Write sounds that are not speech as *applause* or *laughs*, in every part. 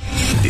The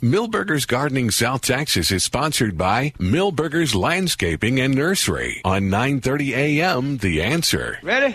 Millburgers Gardening South Texas is sponsored by Millburgers Landscaping and Nursery on 9:30 a.m. The Answer. Ready?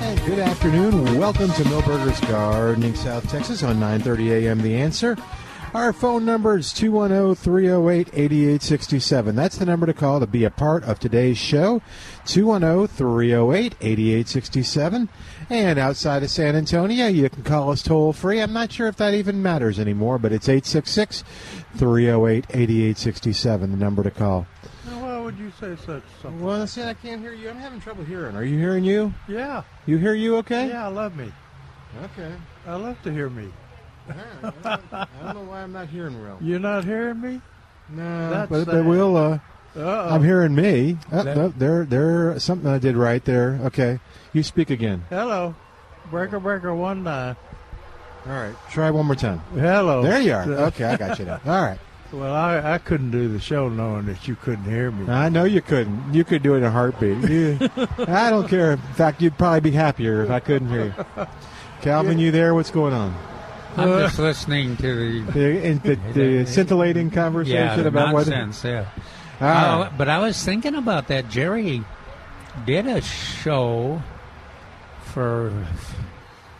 And good afternoon. Welcome to Millburgers Gardening, South Texas on 9:30 a.m. The Answer. Our phone number is 210-308-8867. That's the number to call to be a part of today's show. 210-308-8867. And outside of San Antonio, you can call us toll free. I'm not sure if that even matters anymore, but it's 866-308-8867, the number to call. Now, why would you say such something? Well, see, I can't hear you. I'm having trouble hearing. Are you hearing you? Yeah. You hear you okay? Yeah, I love me. Okay. I love to hear me. All right. I don't know why I'm not hearing real. You're not hearing me? No, That's but, but sad. we'll. Uh, Uh-oh. I'm hearing me. Oh, That- no, there, there. Something I did right there. Okay, you speak again. Hello. Breaker breaker one nine. All right, try one more time. Hello. Uh, There you are. Okay, I got you now. All right. *laughs* Well, I, I couldn't do the show knowing that you couldn't hear me. I know you couldn't. You could do it in a heartbeat. *laughs* You, I don't care. In fact, you'd probably be happier if I couldn't hear *laughs* you. Calvin, you there? What's going on? I'm Uh, just listening to the *laughs* The, in- the, the scintillating conversation yeah the about Ah. nonsense. Yeah, whether. All Oh, but I was thinking about that. Jerry did a show for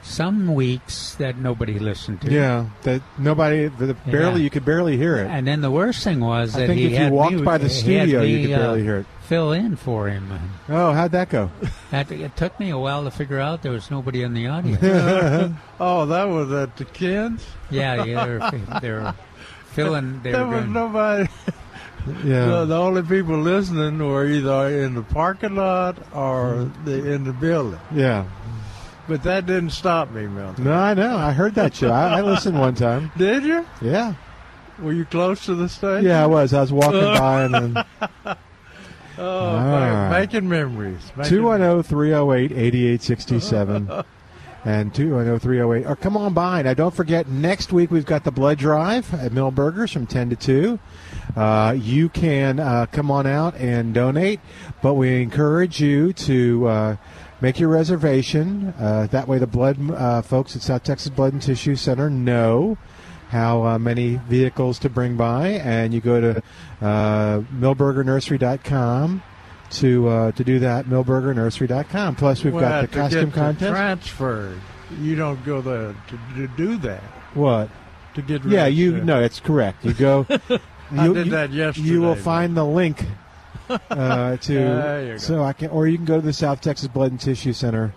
some weeks that nobody listened to. Yeah, that nobody, the, barely Yeah. you could barely hear it. And then the worst thing was I that think he if you had walked me- by the he had studio, you me, could uh, barely hear it. Fill in for him. Oh, how'd that go? That, it took me a while to figure out there was nobody in the *laughs* audience. *laughs* Oh, that was at the Kins? yeah, yeah, they *laughs* were, they were *laughs* filling. They There were was doing, nobody. Yeah. The, the only people listening were either in the parking lot or Mm-hmm. the, in the building. Yeah. But that didn't stop me, Milton. No, I know. I heard that show. I, I listened one time. Did you? Yeah. Were you close to the stage? Yeah, I was. I was walking by and then *laughs* Oh, All man, right. making memories. Making oh, 210-308-8867 and oh, 210-308. Or come on by. Now, don't forget, next week we've got the blood drive at Millburgers from 10 to 2. Uh, you can uh, come on out and donate, but we encourage you to uh, make your reservation. Uh, that way the blood uh, folks at South Texas Blood and Tissue Center know how uh, many vehicles to bring by, and you go to uh, millburgernursery.com to uh, to do that. Millburgernursery.com. Plus, we've We'll got the have to get costume to contest. transferred. You don't go there to, to do that. what? To get rid Yeah, of you that. no, it's correct. You *laughs* go. you, did that yesterday, You will man. find the *laughs* link uh, There you to go. so I can, or you can go to the South Texas Blood and Tissue Center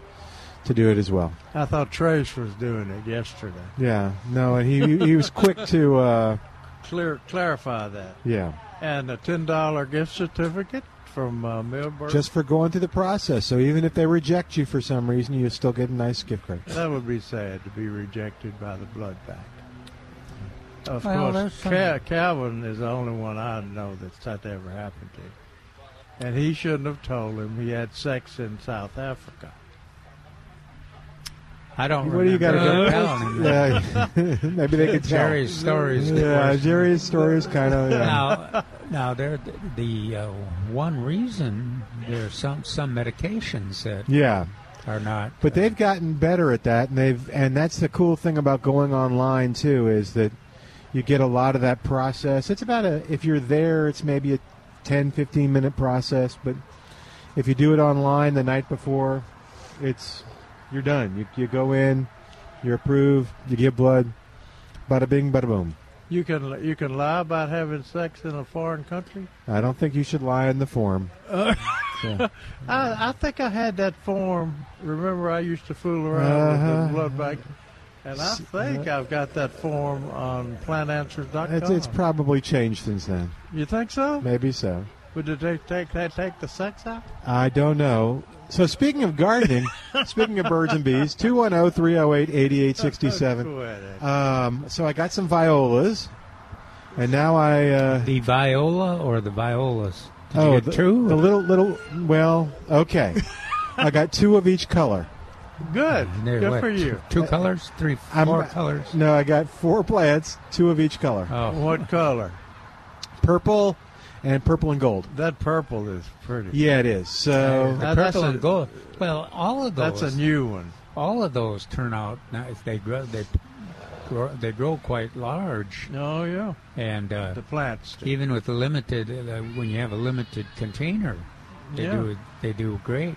to do it as well. I thought Trace was doing it yesterday. Yeah, no, and he he was quick to uh, *laughs* Clear, clarify that. yeah. And a ten dollar gift certificate from uh, Millburg. Just for going through the process. So even if they reject you for some reason, you still get a nice gift card. that would be sad to be rejected by the blood bank. Of Well, course, there's some- Ca- Calvin is the only one I know that's that ever happened to, and he shouldn't have told him he had sex in South Africa. I don't. What do you got remember to telling do? him. *laughs* Yeah, maybe they could tell. Jerry's stories. Yeah, Jerry's story is kind Oh, of yeah. now, now there the uh, one reason there's some some medications that yeah. are not. But they've gotten better at that, and they've and that's the cool thing about going online too is that you get a lot of that process. It's about a if you're there, it's maybe a 10, 15 minute process, but if you do it online the night before, it's you're done. You you go in, you're approved, you give blood, Bada bing, bada boom. You can you can lie about having sex in a foreign country. I don't think you should lie in the form. Uh, Uh, *laughs* I, I think I had that form. Remember, I used to fool around with Uh-huh. uh, the blood bank, and I think I've got that form on PlantAnswers.com. It's, it's probably changed since then. you think so? Maybe so. But did they take they take the sex out? I don't know. So speaking of *laughs* gardening, speaking of birds and bees, oh, 210-308-8867. Go ahead, Ed. Um, so I got some violas, and now I... Uh, The viola or the violas? Did you oh, get the, two? the little, little, well, okay. I got two of each color. Good. There, Good what, for you. Two colors, three, I'm- four colors. No, I got four plants, two of each color. Oh, What color? Purple and purple and gold. That purple is pretty. Yeah, it is. So Now, the that's purple a- and gold. Well, all of those. That's a new one. all of those turn out nice. They grow. They grow, they grow quite large, Oh yeah, and uh, the plants. do. even with the limited, uh, when you have a limited container, they Yeah. do they do great.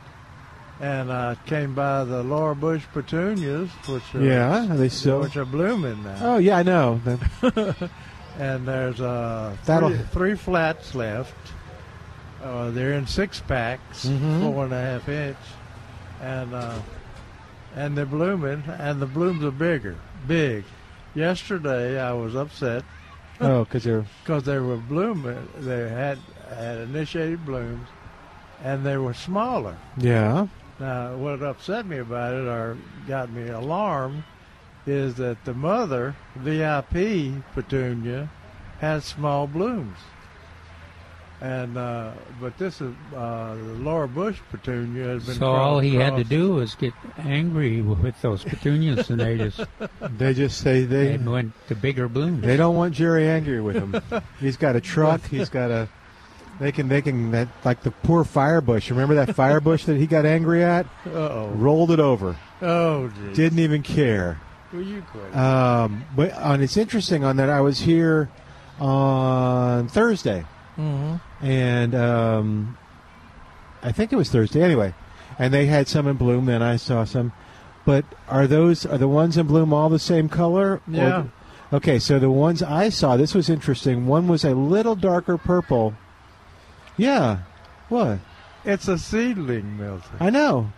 And I came by the Laura Bush petunias, which are, yeah, are they still? which are blooming now. Oh yeah, I know. That- *laughs* and there's uh, That'll- three, three flats left. Uh, they're in six packs, four and a half inch, and uh, and they're blooming, and the blooms are bigger, big. Yesterday I was upset Oh, because you're because they were blooming. They had had initiated blooms, and they were smaller. yeah. Now, what upset me about it or got me alarmed is that the mother, VIP petunia, has small blooms. And uh, but this is uh, the Laura Bush petunia has been. So all crossed- he had to crossed- do was get angry with those petunias, and they just *laughs* They just say they they went to bigger blooms. they don't want Jerry angry with him. He's got a truck. He's got a. They can they can that like the poor firebush. Remember that firebush that he got angry at? Uh-oh. Rolled it over. Oh, geez. Didn't even care. Will you quit? Um, but and it's interesting on that I was here on Thursday, Mm-hmm. and um, I think it was Thursday anyway, and they had some in bloom. Then I saw some, but are those are the ones in bloom all the same color? Or- Yeah. okay, so the ones I saw, this was interesting. One was a little darker purple. Yeah. What? it's a seedling, Milton. I know.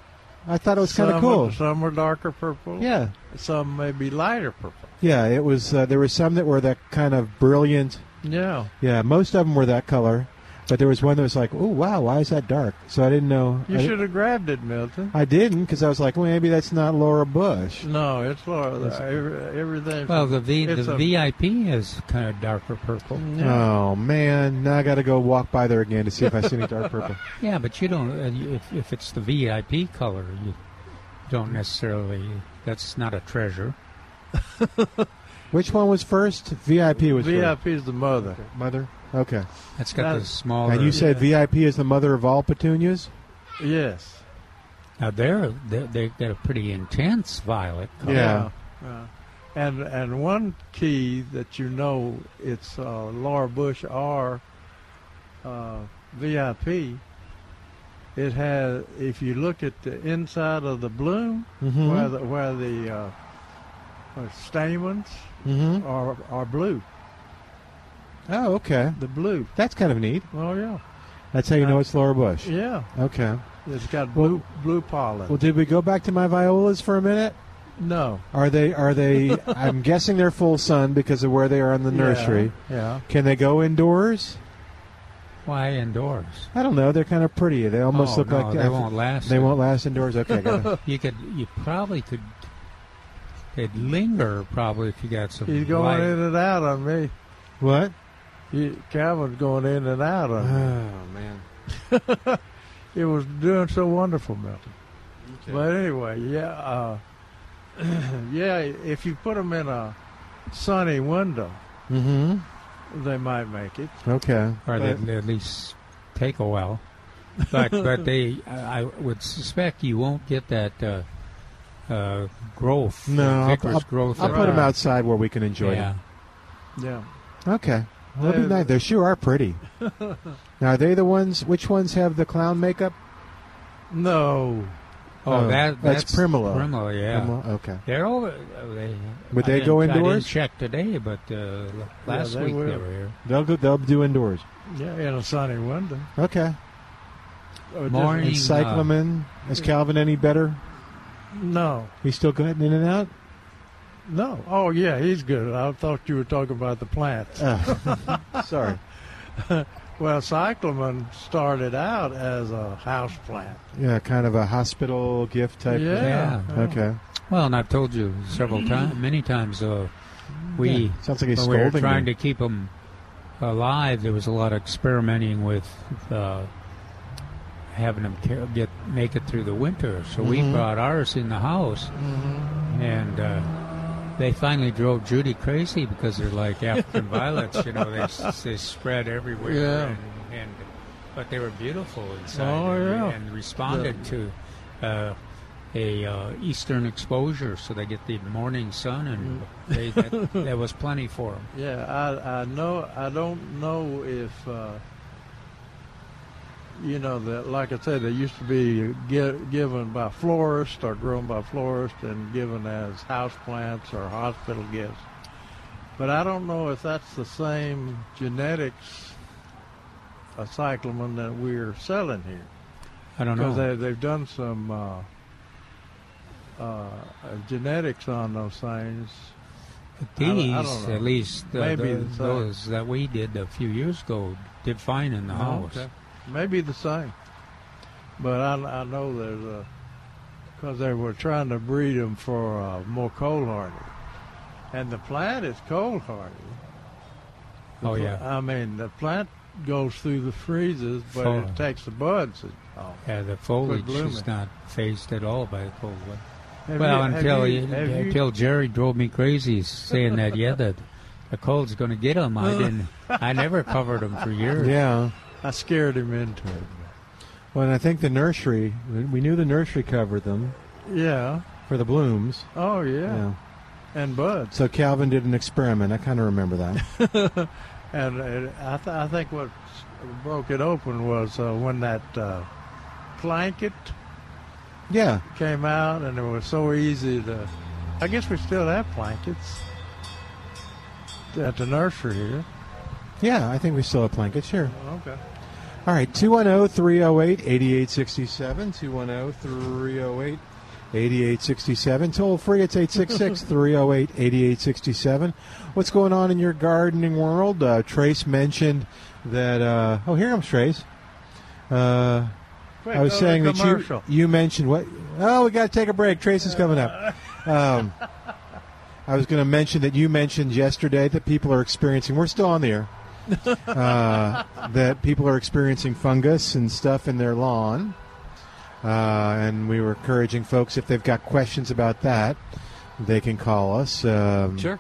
I thought it was kind Some of cool. Are, some are darker purple. Yeah. Some may be lighter purple. Yeah, it was. Uh, there were some that were that kind of brilliant. Yeah. Yeah, most of them were that color, but there was one that was like, "Oh wow, why is that dark?" So I didn't know. You I, should have grabbed it, Milton. I didn't because I was like, "Well, maybe that's not Laura Bush." No, it's Laura. Every- Everything. Well, the v, It's the a- VIP is kind of darker purple. Oh man, now I got to go walk by there again to see if I see any dark *laughs* purple. *laughs* Yeah, but you don't. uh, you- If, if it's the VIP color, you don't necessarily. That's not a treasure. Which one was first? VIP was first. VIP is the mother. Mother. Okay. That's got the That's- smaller. and you said VIP is the mother of all petunias. Yes. now they're they they got a pretty intense violet. Color. Yeah. Yeah. Uh, And and one key that you know it's uh, Laura Bush or uh, VIP. It has if you look at the inside of the bloom Mm-hmm. Mhm. where the where the uh, uh, stamens Mm-hmm. are are blue. Oh, okay. The blue. That's kind of neat. Oh yeah, That's how you know it's Laura Bush. yeah. Okay. It's got blue blue pollen. Well, did we go back to my violas for a minute? no Are they? Are *laughs* they? I'm guessing they're full sun because of where they are in the Yeah, nursery. Yeah. Can they go indoors? Why indoors? I don't know. They're kind of pretty. They almost Oh, look no, like they won't last. They won't last indoors. Okay, *laughs* got it. You could. You probably could. They'd linger probably if you got *laughs* some. He's going light. in and out on me. what? He, Calvin's going in and out on Oh me. man. *laughs* It was doing so wonderful, Milton. But anyway, yeah, uh, *clears throat* yeah. If you put them in a sunny window, Mm-hmm. they might make it. Okay. or they, they at least take a while. *laughs* But but they, I I would suspect you won't get that uh, uh, growth, No, I'll- vigorous I'll- growth. I'll that- put them outside where we can enjoy Yeah, Yeah, them. Okay. Well, that'd be They- nice. They sure are *laughs* pretty. now, are they the ones? Which ones have the clown makeup? no, Oh, Oh, that that's that's, Primula. Primula, yeah. Primula, okay. They're over. uh, They, Would I they didn't- go I indoors? didn't check today, but uh, last they week will. they were here. They'll go, they'll do indoors. Yeah, in a sunny window. Okay. Or just- Morning. uh, And Cyclamen, is Calvin any better? No, He's still good in and out. no. Oh, yeah, he's good. I thought you were talking about the plants. *laughs* Sorry. Well, cyclamen started out as a house plant. Yeah, kind of a hospital gift type. of- Yeah. Okay. Well, and I've told you several times, many times, uh, we Mm-hmm. Yeah. Sounds like he's when we were scolding trying you. to keep them alive. There was a lot of experimenting with uh, having them car- get make it through the winter. So we Mm-hmm. brought ours in the house, and uh, they finally drove Judy crazy because they're like *laughs* *laughs* African violets. You know, they, s- they spread everywhere. Yeah. And, and but they were beautiful inside. Oh, and, yeah. and responded to. Uh, a uh, eastern exposure, so they get the morning sun, and Mm-hmm. they, that, that was plenty for them. Yeah, I, I know. I don't know if uh, you know that. Like I said, they used to be gi- given by florists or grown by florists and given as house plants or hospital gifts. But I don't know if that's the same genetics of cyclamen that we're selling here. I don't know. Because they, they've done some uh, uh, uh, genetics on those things. These, *laughs* I don't know. at least uh, Maybe the- it's, uh, those that we did a few years ago, did fine in the house. Oh, Okay. Maybe the same. But I, I know there's a, because they were trying to breed them for uh, more cold hardy. And the plant is cold hardy. Oh yeah, I mean, the plant goes through the freezes, but Fine. it takes the buds. and- yeah. The foliage blooming. is not phased at all by the cold weather. Have well, you- have until you- you- have you- until Jerry drove me crazy saying that, yeah, that the cold's going to get them. *laughs* I didn't. I never covered them for years. Yeah. I scared him into it. Well, and I think the nursery. We knew the nursery covered them Yeah. for the blooms. Oh, yeah. And buds. So Calvin did an experiment. I kind of remember that. And uh, I, th- I think what s- broke it open was uh, when that uh, blanket yeah. came out, and it was so easy to. I guess we still have blankets *laughs* at the nursery here. Yeah. I think we still have blankets. Sure. Okay. All right, oh, 210 308 8867. 210 308 8867. Toll free, it's 866 308 8867. What's going on in your gardening world? Uh, Trace mentioned that. Uh, oh, here comes Trace. Uh, I was saying that you, you mentioned what? Oh, we got to take a break. Trace is coming up. Um, I was going to mention that you mentioned yesterday that people are experiencing. We're still on the *laughs* air. Uh, that people are experiencing fungus and stuff in their lawn, uh, and we were encouraging folks if they've got questions about that, they can call us. Um, Sure.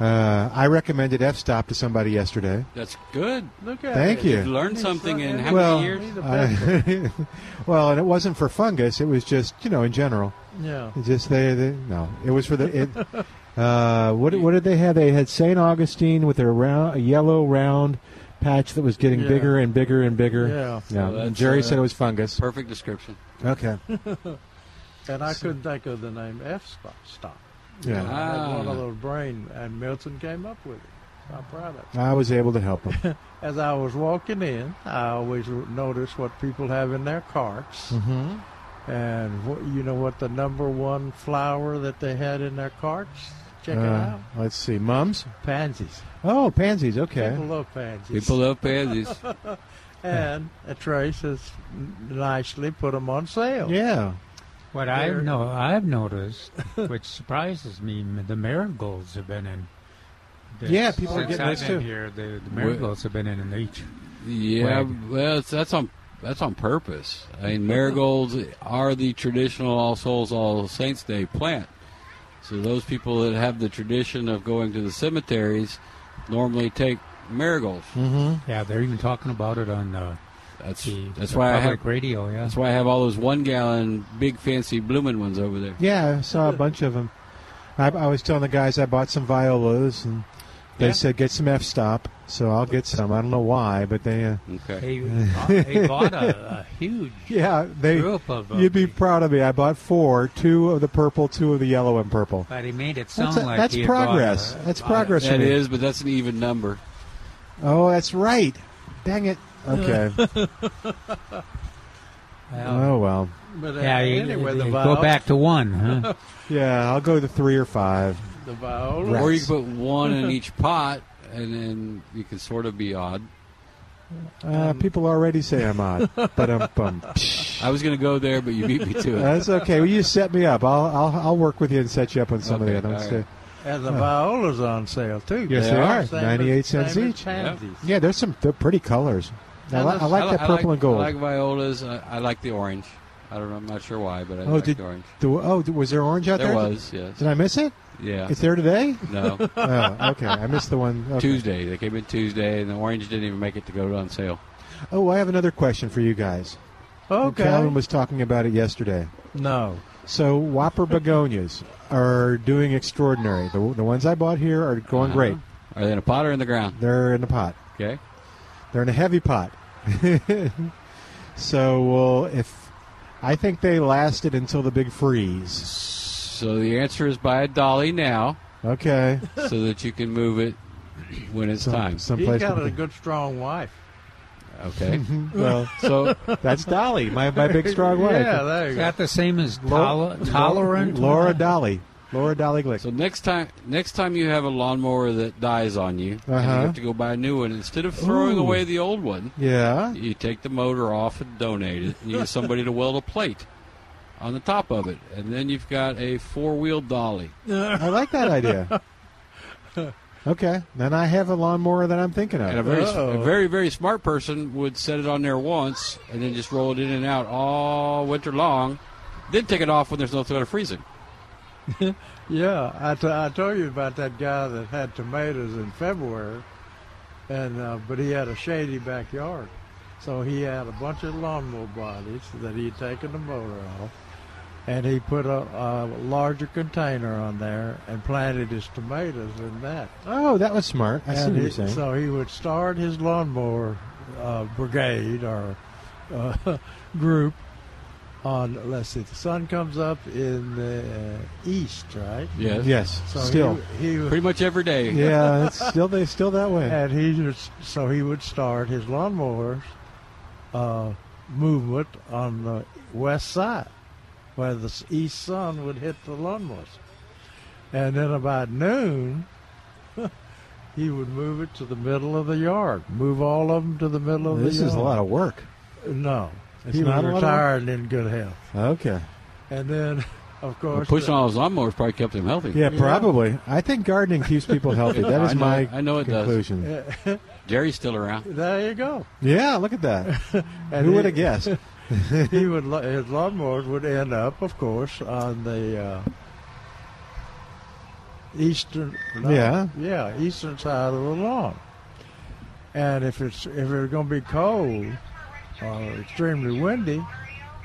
Uh, I recommended f-stop to somebody yesterday. That's good. Look at Thank it. you. You learned something in how Well, many years? He's *laughs* a pencil. I- well, and it wasn't for fungus. It was just you know in general. yeah. It just they, they no. It was for the. It, uh, what what did they have? They had Saint Augustine with their round, a yellow round patch that was getting Yeah. bigger and bigger and bigger. Yeah. Yeah. Well, and that's, Jerry uh, said it was fungus. Perfect description. Okay. *laughs* And I couldn't think of the name F stop. Stop. Yeah. I had one Ah. of those brain, and Milton came up with it. I'm proud of it. I was able to help him. As I was walking in, I always notice what people have in their carts. Mhm. And wh- you know what the number one flower that they had in their carts? Check it Uh, out. let's see, mums. Pansies. Oh, pansies. Okay. People love pansies. People love pansies. *laughs* and a Trace has n- nicely put them on sale. Yeah. What I know, *laughs* I've noticed, which surprises me, m- the marigolds have been in. the- Yeah, people are since getting I've those too. been Here, the, the marigolds have been in in each. Yeah, Wagon. well, it's, that's on that's on purpose. I *laughs* mean, marigolds are the traditional All Souls, All Saints Day plant. So those people that have the tradition of going to the cemeteries normally take marigolds. Mm-hmm. Yeah, they're even talking about it on uh, That's the, that's the why I public have radio. Yeah, that's why I have all those one gallon big fancy blooming ones over there. Yeah. I saw a bunch of them. I, I was telling the guys I bought some violas, and they Yeah. said get some f-stop. So I'll get some. I don't know why, but they. Uh, Okay. They, *laughs* bought- they bought a, a huge. yeah, they. Group of 'em. You'd be proud of me. I bought four: two of the purple, two of the yellow and purple. But he made it sound That's, like that's he had bought progress. a- that's progress. for That me. is, but that's an even number. Oh, that's right. Dang it. *laughs* Okay. Well, oh well. But uh, yeah, you, anyway, you the go Viola, back to one, *laughs* huh? *laughs* Yeah, I'll go to three or five. The Viola. Right. Or you can put one in each pot, and then you can sort of be odd. Uh, Um, people already say I'm odd, but I'm bum. I was going to go there, but *laughs* you beat me to it. *laughs* That's okay. Well, you set me up. I'll, I'll I'll work with you and set you up on some Okay, of the other ones all too. right. And the Viola's on sale too. Yes, They they are. are. Same as- Ninety-eight cents same as each. pansies. Yeah, there's some they're pretty colors. I, And li- this- I like I li- that I purple like- and gold. I like violas. I, I like the orange. I don't know. I'm not sure why, but I oh, like did the orange. the- oh was there orange out there? There was, yes. Did I miss it? Yeah. It's there today. No. *laughs* oh, okay. I missed the one okay. Tuesday. They came in Tuesday, and the orange didn't even make it to go on sale. Oh, I have another question for you guys. Okay. Calvin was talking about it yesterday. No. So whopper begonias are doing extraordinary. The, the ones I bought here are going great. Uh-huh. Are they in a pot or in the ground? They're in the pot. Okay. They're in a heavy pot. *laughs* so well, if I think they lasted until the big freeze. So the answer is buy a dolly now Okay, *laughs* so that you can move it when it's time. He someplace. got with a the- good strong wife. Okay. *laughs* well, *laughs* So that's Dolly, my my *laughs* big strong wife. Yeah, there you Is go. that the same as Laura- tol- tolerant? Laura Dolly. Laura Dolly Glick. so next time next time you have a lawnmower that dies on you, and you Uh-huh. have to go buy a new one. Instead of throwing Ooh. away the old one, yeah. you take the motor off and donate it. You need somebody to weld a plate on the top of it, and then you've got a four wheel dolly. I like that idea. Okay, then I have a lawnmower that I'm thinking And a of. very, Oh. a very, very smart person would set it on there once and then just roll it in and out all winter long, then take it off when there's no threat of freezing. *laughs* Yeah, I, t- I told you about that guy that had tomatoes in February, and uh, but he had a shady backyard, so he had a bunch of lawnmower bodies that he'd taken the motor off, and he put a, a larger container on there and planted his tomatoes in that. Oh, that was smart. I see And what you're he- saying. So he would start his lawnmower uh, brigade or uh, *laughs* group on. Let's see, the sun comes up in the uh, east, right? Yeah. yes, So still. he, he Pretty much every *laughs* day. yeah, it's still they still that way. and he just so he would start his lawnmowers uh, movement on the west side, where the s- east sun would hit the lawnmowers, and then about noon, *laughs* he would move it to the middle of the yard. Move all of them to the middle of This the yard. is a lot of work. of no. It's he not a lot was of- retired and in good health, Okay. and then *laughs* of course Pushing the- all those lawnmowers probably kept him healthy. Yeah, probably. I think gardening keeps *laughs* people healthy. That I is know- my I know it does. conclusion. *laughs* Jerry's still around. *laughs* There you go. Yeah, look at that. And Who he- would have guessed? *laughs* he would lo- his lawnmowers would end up, of course, on the uh, eastern no, Yeah. yeah eastern side of the lawn. And if it's if it's going to be cold or extremely windy,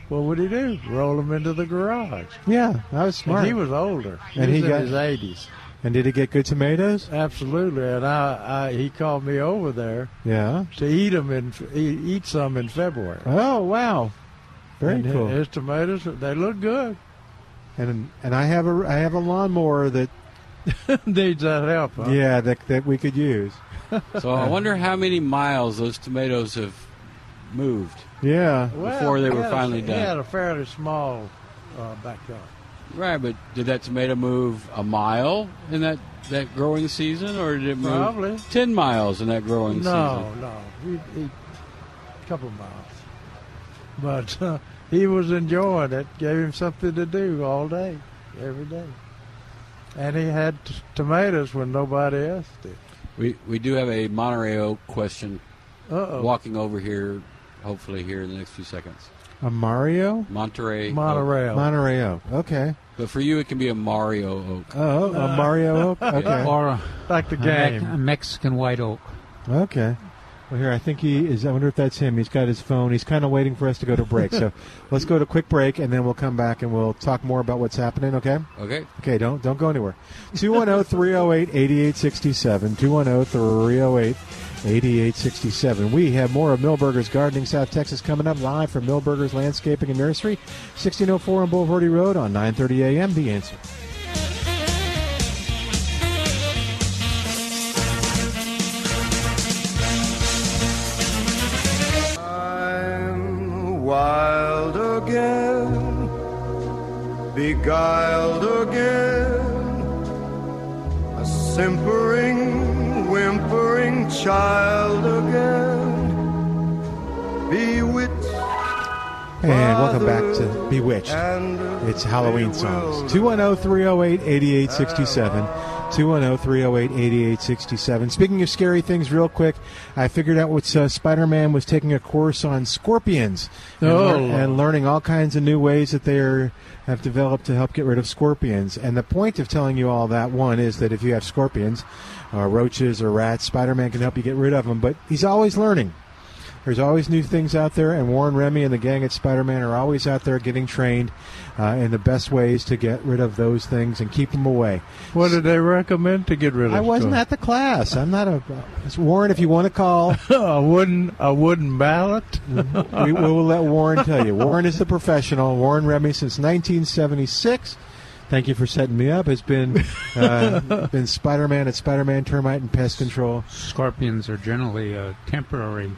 what would he do? Roll them into the garage. Yeah, that was And smart. he was older. He And was he in got- his eighties. And did he get good tomatoes? Absolutely. And I, I he called me over there Yeah. to eat them in eat, eat some in February. Oh wow, very And cool. His tomatoes they look good. and and I have a I have a lawnmower that Needs that help. Huh? yeah that that we could use. So I wonder how many miles those tomatoes have moved. Yeah. before they he were had a- finally done. He had a fairly small uh, backyard. Right, but did that tomato move a mile in that, that growing season, or did it move Probably. 10 miles in that growing No, no, he, he, a couple miles. But uh, he was enjoying it. Gave him something to do all day, every day. And he had t- tomatoes when nobody else did. season? We, we do have a Monterey Oak question Uh oh. walking over here, hopefully here in the next few seconds. A Mario Monterey. Oak. Monorail. Monterey Oak. Okay. But for you, it can be a Mario Oak. Oh, a *laughs* Mario Oak. Okay. Or a, like the a Mex- game. a Mexican white oak. Okay. Well, here I think he is. I wonder if that's him. He's got his phone. He's kind of waiting for us to go to break. so let's go to quick break, and then we'll come back and we'll talk more about what's happening. Okay. Okay. Okay, don't oh, oh don't go anywhere. 210-308-8867. 210-308 8867. We have more of Millburgers Gardening South Texas coming up live from Millburgers Landscaping and Nursery, 1604 on Boulevardy Road on 9:30 a.m. The answer. I'm wild again, beguiled again, a simpering, whimpering child again, bewitched. And welcome back to Bewitched. It's Halloween songs. oh, 210 308 8867. 210 308 8867. Speaking of scary things, real quick, I figured out what uh, Spider Man was taking a course on scorpions and, Oh. and learning all kinds of new ways that they are, have developed to help get rid of scorpions. And the point of telling you all that, one, is that if you have scorpions, uh, roaches, or rats, Spider Man can help you get rid of them, but he's always learning. There's always new things out there, and Warren Remy and the gang at Spider Man are always out there getting trained uh, in the best ways to get rid of those things and keep them away. What did they recommend to get rid of? I wasn't scorpions? at the class. I'm not a. uh, Warren, if you want to call, *laughs* Mm-hmm. a wooden a wooden ballot. we, we will let Warren tell you. Warren is the professional. Warren Remy since 1976. Thank you for setting me up. Has been *laughs* uh, been Spider Man at Spider Man Termite and Pest Control. Scorpions are generally uh, temporary.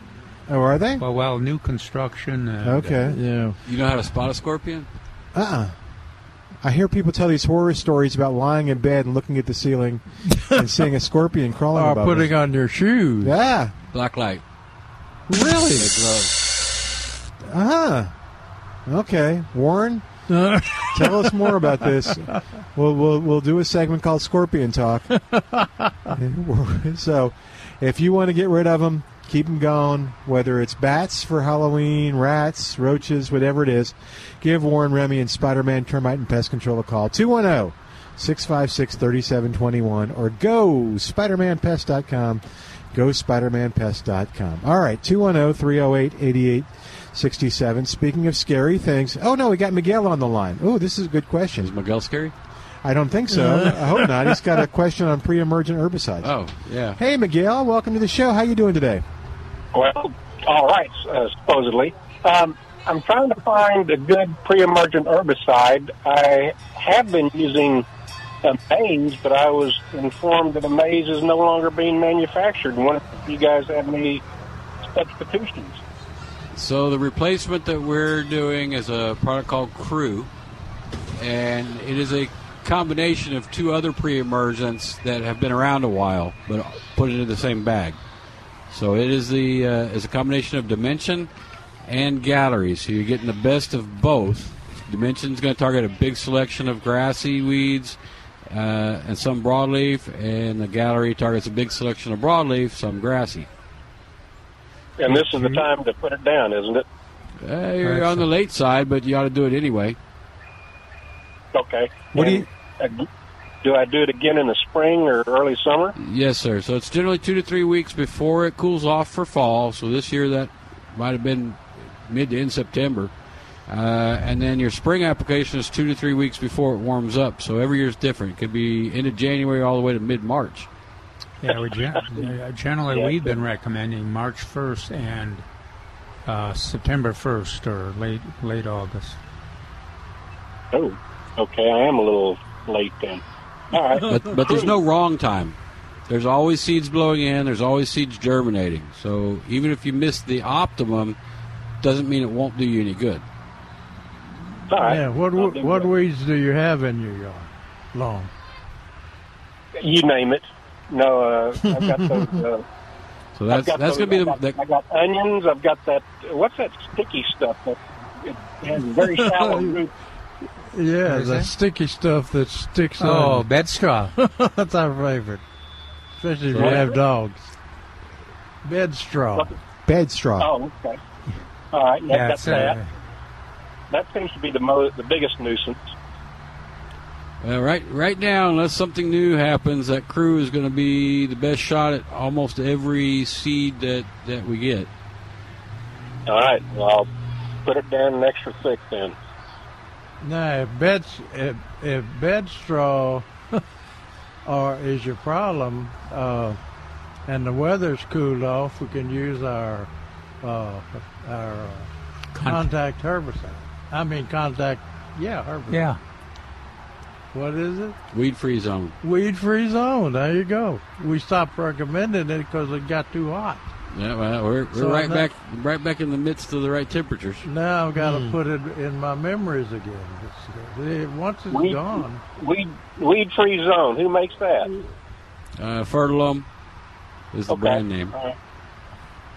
Oh, are they? Well, well, new construction. uh, And, Okay. yeah. You know how to spot a scorpion? Uh-uh. I hear people tell these horror stories about lying in bed and looking at the *laughs* ceiling and seeing a scorpion crawling Or above putting us. on your shoes. Yeah. Black light. Really? They glow. Uh-huh. Okay. *laughs* Warren, tell us more about this. We'll, we'll, we'll do a segment called Scorpion Talk. *laughs* so if you want to get rid of them, keep them going, whether it's bats for Halloween, rats, roaches, whatever it is, give Warren Remy and Spider-Man Termite and Pest Control a call. 210 656 3721 or go spidermanpest.com. Go spidermanpest.com. All right, 210 308 8867. Speaking of scary things, oh no, we got Miguel on the line. Oh, this is a good Is question. Miguel scary? I don't think so. I hope not. He's got a question on pre emergent herbicides. Oh, yeah. Hey, Miguel, welcome to the show. How you doing today? Well, all right, uh, supposedly. Um, I'm trying to find a good pre-emergent herbicide. I have been using uh, maize, but I was informed that a maize is no longer being manufactured. And wondered if you guys have any substitutions. So the replacement that we're doing is a product called Crew, and it is a combination of two other pre-emergents that have been around a while, but put into the same bag. So it is the uh, is a combination of Dimension and Gallery. So you're getting the best of both. Dimension's going to target a big selection of grassy weeds uh, and some broadleaf, and the Gallery targets a big selection of broadleaf, some grassy. And this Mm-hmm. is the time to put it down, isn't it? Uh, you're on the late side, but you ought to do it anyway. Okay. What do you- And, uh, do I do it again in the spring or early summer? Yes, sir. So it's generally two to three weeks before it cools off for fall. So this year that might have been mid to end September. Uh, and then your spring application is two to three weeks before it warms up. So every year's different. It could be end of January all the way to mid March. Yeah, we gen- uh, generally Yeah. we've been recommending March 1st and uh, September 1st or late late August. Oh, okay. I am a little late then. All right. But, but there's no wrong time. There's always seeds blowing in. There's always seeds germinating. So even if you miss the optimum, doesn't mean it won't do you any good. All right. Yeah. What I'll w- do what that. weeds do you have in your yard? Long. You name it. No, uh, I've got those. *laughs* Uh, So that's I've got that's those- going to be I the, got, the I got onions. I've got that. What's that sticky stuff? That it has *laughs* very shallow roots. Yeah, is the that? sticky stuff that sticks Oh, on. bed straw. *laughs* That's our favorite, especially if you Right. have dogs. Bed straw. Bed straw. Oh, okay. All right. Yeah, that's it's, uh, that. That seems to be the mo- the biggest nuisance. Well, right, right now, unless something new happens, that crew is going to be the best shot at almost every seed that, that we get. All right. Well, I'll put it down an extra thick then. Now, if bed if, if *laughs* bed straw or is your problem, uh, and the weather's cooled off, we can use our uh, our uh, contact herbicide. I mean, contact, yeah, herbicide. Yeah. What is it? Weed free zone. Weed free zone. There you go. We stopped recommending it because it got too hot. Yeah, well, we're, we're So right uh, that- back right back in the midst of the right temperatures. Now I've Hmm. got to put it in my memories again. It's- it- once it's Weed- gone, Weed, weed free zone. Who makes that? Uh, Fertilum is the Okay. brand name. All right.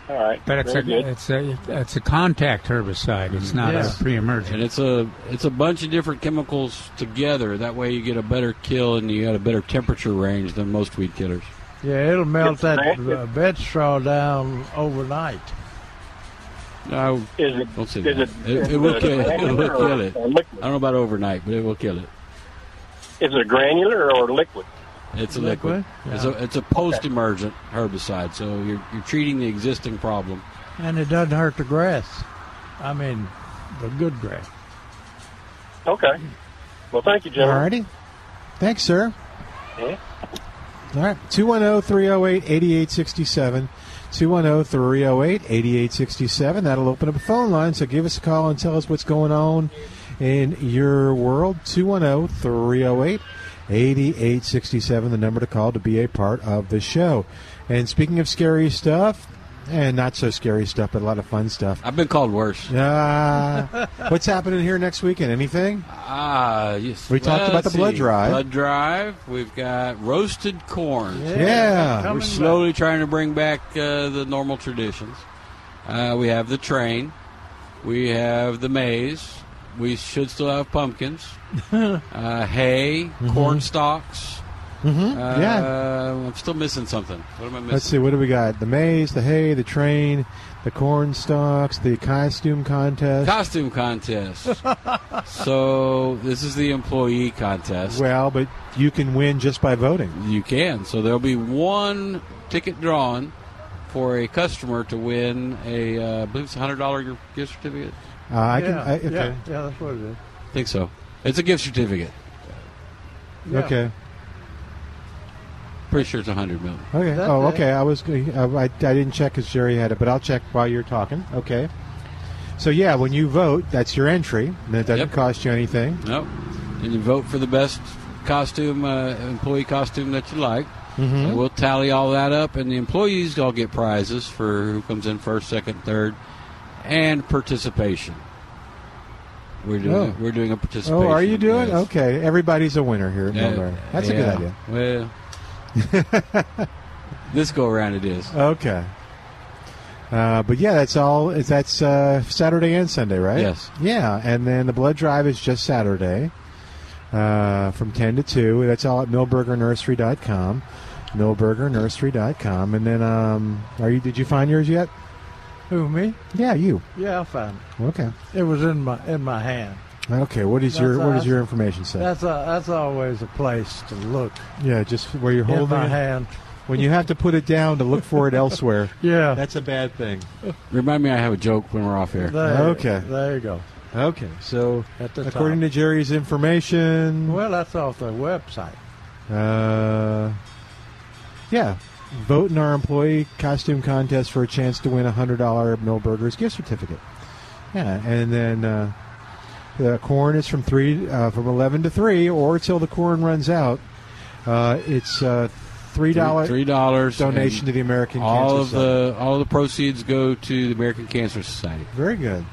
All right. But it's Very a good. it's a it's a contact herbicide. Mm, It's not Yes. a pre-emergent. And it's a it's a bunch of different chemicals together. That way you get a better kill and you got a better temperature range than most weed killers. yeah, it'll melt It's that bad. uh, bed straw down overnight. No, Is it? Don't say is that. it- It- it will is kill it. It will granular or- kill it. or I liquid? don't know about overnight, but it will kill it. Is it granular or liquid? It's a liquid. Liquid? It's a it's a post-emergent herbicide, so you're you're treating the existing problem. And it doesn't hurt the grass. I mean, the good grass. Okay. Well, thank you, All gentlemen. righty. Thanks, sir. Yeah. All right. 210 308 8867. 210 308 8867. That'll open up a phone line. So give us a call and tell us what's going on in your world. oh, 210 308 8867. The number to call to be a part of the show. And speaking of scary stuff, and not so scary stuff, but a lot of fun stuff. I've been called worse. Uh, what's happening here next weekend? Anything? Ah, yes. We talked about Let's the blood see. drive. Blood drive. We've got roasted corn. Yeah. coming We're back. slowly trying to bring back uh, the normal traditions. Uh, we have the train. We have the maize. We should still have *laughs* pumpkins, uh, hay, corn stalks. Mm-hmm. Uh, Hmm, yeah. I'm still missing something. What am I missing? Let's see, what do we got? The maze, the hay, the train, the corn stalks, the costume contest. Costume *laughs* contest. so this is the employee contest. well, but you can win just by voting. You can. So there'll be one ticket drawn for a customer to win a, uh, I believe it's a hundred dollar gift certificate. Uh, I yeah, can. I, okay. yeah, yeah, that's what it is. I think so. It's a gift certificate. Yeah. Okay. Pretty sure it's a hundred million. Okay. That- oh, okay. I was. g- I, I I didn't check because Jerry had it, but I'll check while you're talking. Okay. So yeah, when you vote, that's your entry. And it doesn't Yep. cost you anything. Nope. And you vote for the best costume, uh, employee costume that you like. Mm-hmm. And we'll tally all that up, and the employees all get prizes for who comes in first, second, third, and participation. We're doing Oh. we're doing a participation. Oh, are you doing? yes. Okay. Everybody's a winner here. at Yeah, Millburn. that's a good yeah. idea. Well, *laughs* this go around it is. Okay. Uh, but yeah, that's all. is- That's uh, Saturday and Sunday, right? Yes. Yeah, and then the blood drive is just Saturday uh, from 10 to 2. That's all at millburgernursery.com. Millburgernursery.com. And then, um, are you? did you find yours yet? Who me? Yeah, you. Yeah, I found it. Okay. It was in my in my hand. Okay. What is your That's What does us. your information say? That's a, that's always a place to look yeah, just where you're in holding my it. hand. When you have to put it down to look for it elsewhere, *laughs* Yeah. that's a bad thing. *laughs* *laughs* Remind me, I have a joke when we're off here. There, Okay. There you go. Okay. So, At the according top. to Jerry's information. well, that's off the website. Uh, yeah. Vote in our employee costume contest for a chance to win a hundred dollar Mill Burgers gift certificate. Yeah, and then uh, the corn is from three uh, from eleven to three, or till the corn runs out. Uh, it's uh, three dollar Three dollars donation to and the American all Cancer of Society. the all of the proceeds go to the American Cancer Society. Very good.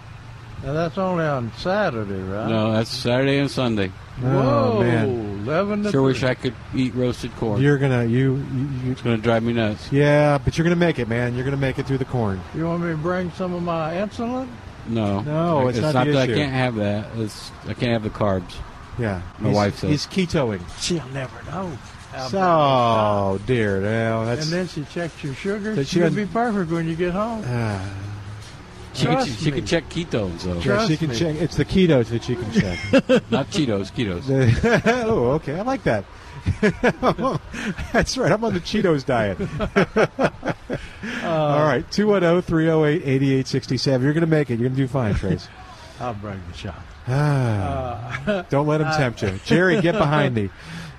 Now that's only on Saturday, right? No, that's Saturday and Sunday. Whoa, Oh man, eleven to Sure wish three. I could eat roasted corn. you're gonna you, you, you it's going to drive me nuts. yeah, but you're gonna make it, man. You're gonna make it through the corn. You want me to bring some of my insulin? No, No, it's not the that issue. I can't have that. It's I can't have the carbs. Yeah, My he's, wife says. he's ketoing. She'll never know. how bad Oh dear, now it's that's not. and then she checks your sugar. So she She'll un- be perfect when you get home. Ah. She can, Trust she can me. check ketones though, Trust- Yeah, she can me. check. It's the ketos that you can check. not Cheetos. *laughs* Ketos. The- *laughs* oh, okay. I like that. *laughs* That's right. I'm on the Cheetos *laughs* diet. Uh, All right. oh, 210 308 8867. You're going to make it. You're going to do fine, *laughs* Trace. I'll bring the shot. *sighs* Ah. Don't let him tempt you. Jerry, get behind me.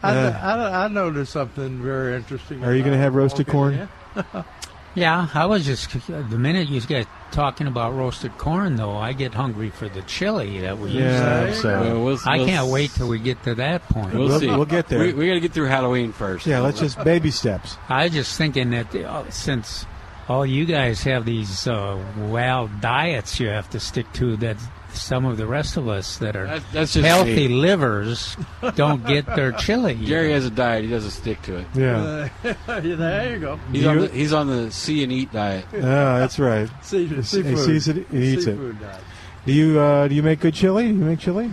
Uh, *laughs* I, I, I noticed something very interesting. Are you about gonna have roasted walking corn? in. *laughs* Yeah, I was just the minute you get talking about roasted corn, though, I get hungry for the chili that we Yeah, use. so- Well, we'll- I we'll- can't wait till we get to that point. We'll, We'll- see. we'll get there. We, we got to get through Halloween first. Yeah, let's just baby *laughs* steps. I was just thinking that uh, since all you guys have these uh, wild diets you have to stick to, that some of the rest of us that are That- that's just me. healthy livers don't get their chili. Jerry has a diet; he doesn't stick to it. Yeah, Yeah, there you go. He's on, the, he's on the see and eat diet. Ah, that's right. See, He seafood. sees it, he eats it. Seafood diet. Do you uh, do you make good chili? Do you make chili?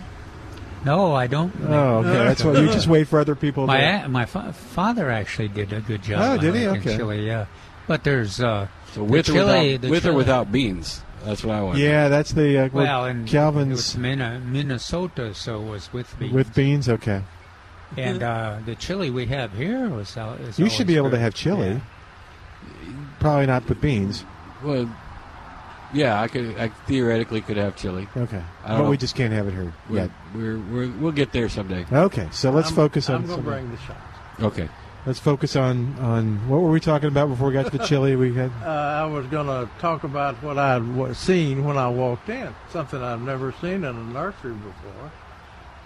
no, I don't. Oh, okay. That's what you just wait for other people. My to, a- my fa- father actually did a good job. Oh, on did he? it in Okay. Chili, yeah. But there's uh, So with the chili, or without, the with or chili- without beans. That's what I want. yeah, that's the uh, Well, and it was Calvin's Minna- Minnesota, so it was with me. with beans. Okay, and uh, the chili we have here was. al- is you always should be able to good. have chili. Yeah. Probably not with beans. Well, yeah, I could. I theoretically could have chili. Okay, I don't but know. we just can't have it here We're, yet. we're, we're, we'll get there someday. Okay, so let's Um, I'm- focus on. I'm gonna some- bring the shots. Okay. Let's focus on on what were we talking about before we got to the chili? We had Uh, I was gonna talk about what I'd wa- seen when I walked in. Something I've never seen in a nursery before.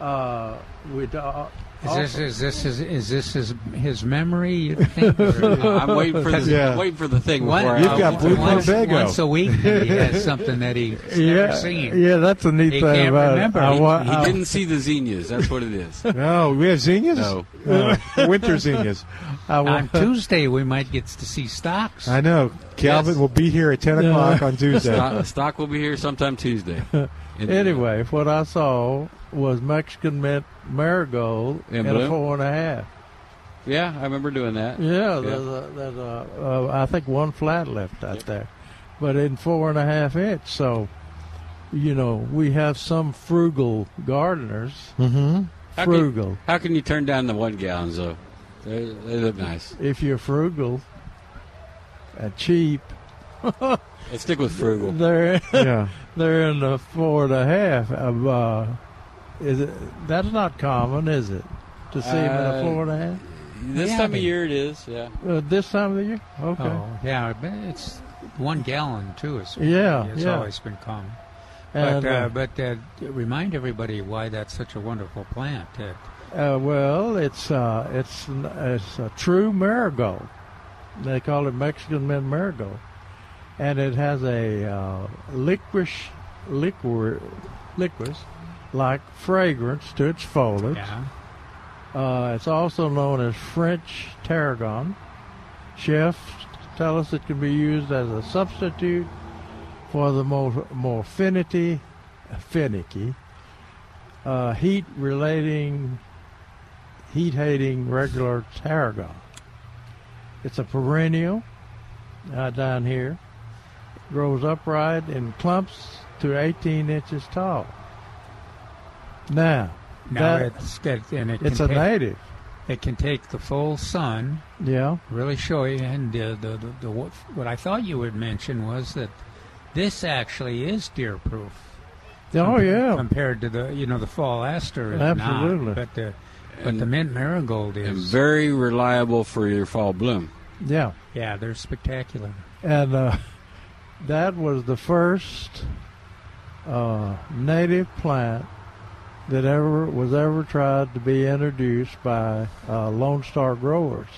Uh, we uh, Is this is this is, is this his his memory? *laughs* You think, or- I'm waiting for the Yeah. I'm waiting for the thing before One- I- You've got I'll- blue once, Plumbago. once a week he *laughs* has something that he's never yeah, seen. yeah, that's a neat He thing can't about uh, remember. it. I He- wa- He *laughs* I- *laughs* didn't see the zinnias. That's what it is. no, Oh, we have zinnias. No. *laughs* No, *laughs* winter zinnias. I wa- On Tuesday we might get to see stocks. I know Calvin Yes. will be here at *laughs* ten *laughs* o'clock on Tuesday. Stock, stock will be here sometime Tuesday. And- Anyway, what I saw was Mexican mint marigold In in, bloom? a four and a half. yeah, I remember doing that. Yeah, there's, a, there's a, uh, I think one flat left out there, but in four and a half inch. So, you know, we have some frugal gardeners. How can- Frugal. How can you turn down the one gallons though? They, they look nice. If you're frugal and cheap, Let's stick with frugal. *laughs* they're yeah, *laughs* they're in the four and a half. Of, uh, is it? That's not common, is it? To see them in Uh, a four and a half. This Yeah, time I mean- of year it is. Yeah. Uh, this time of the year? Okay. Oh yeah, but it's one gallon too. It's Yeah, it's yeah. always been common. And, But uh, but uh, remind everybody why that's such a wonderful plant. Uh, uh, well, it's uh, it's n- it's a true marigold. They call it Mexican mint marigold, and it has a uh, licorice liquor licorice like fragrance to its foliage. yeah, Uh, it's also known as French tarragon. Chefs tell us it can be used as a substitute for the more, more finity, finicky, uh, heat relating, heat hating regular tarragon. It's a perennial uh, down here. Grows upright in clumps to 18 inches tall. Now, now that- it's good and it it's a can take, native. it can take the full sun, Yeah. really show you. And uh, the, the the what what I thought you would mention was that this actually is deer proof. Oh yeah, compared to the you know the fall aster is Absolutely. not, but the but the mint marigold And is. very reliable for your fall bloom. yeah, yeah, they're spectacular. and uh, that was the first uh, native plant that ever was ever tried to be introduced by uh, Lone Star growers,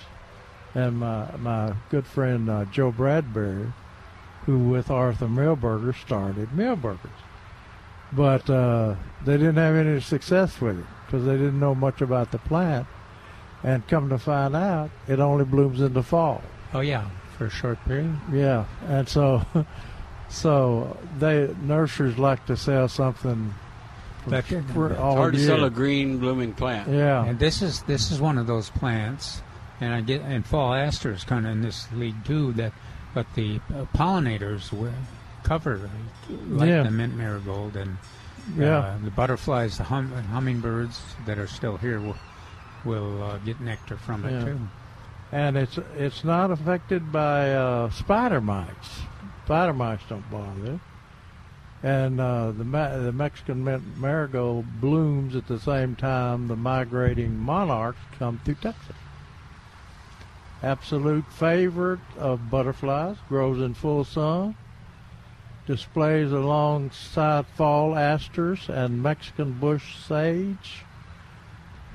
and my my good friend uh, Joe Bradbury, who with Arthur Millburger started Millburgers, but uh, they didn't have any success with it because they didn't know much about the plant, and come to find out, it only blooms in the fall. Oh yeah, for a short period. Yeah, and so, *laughs* so they nurseries like to sell something But for all It's hard to year. sell a green blooming plant. yeah, and this is this is one of those plants, and I get and fall aster is kind of in this league too. That but the uh, pollinators will cover like Yeah. the mint marigold and Yeah. uh, the butterflies, the hum, hummingbirds that are still here will will uh, get nectar from it Yeah. too. and it's it's not affected by uh, spider mites. Spider mites don't bother it. and uh, the Ma- the Mexican man- marigold blooms at the same time the migrating monarchs come through Texas. Absolute favorite of butterflies, grows in full sun, displays alongside fall asters and Mexican bush sage.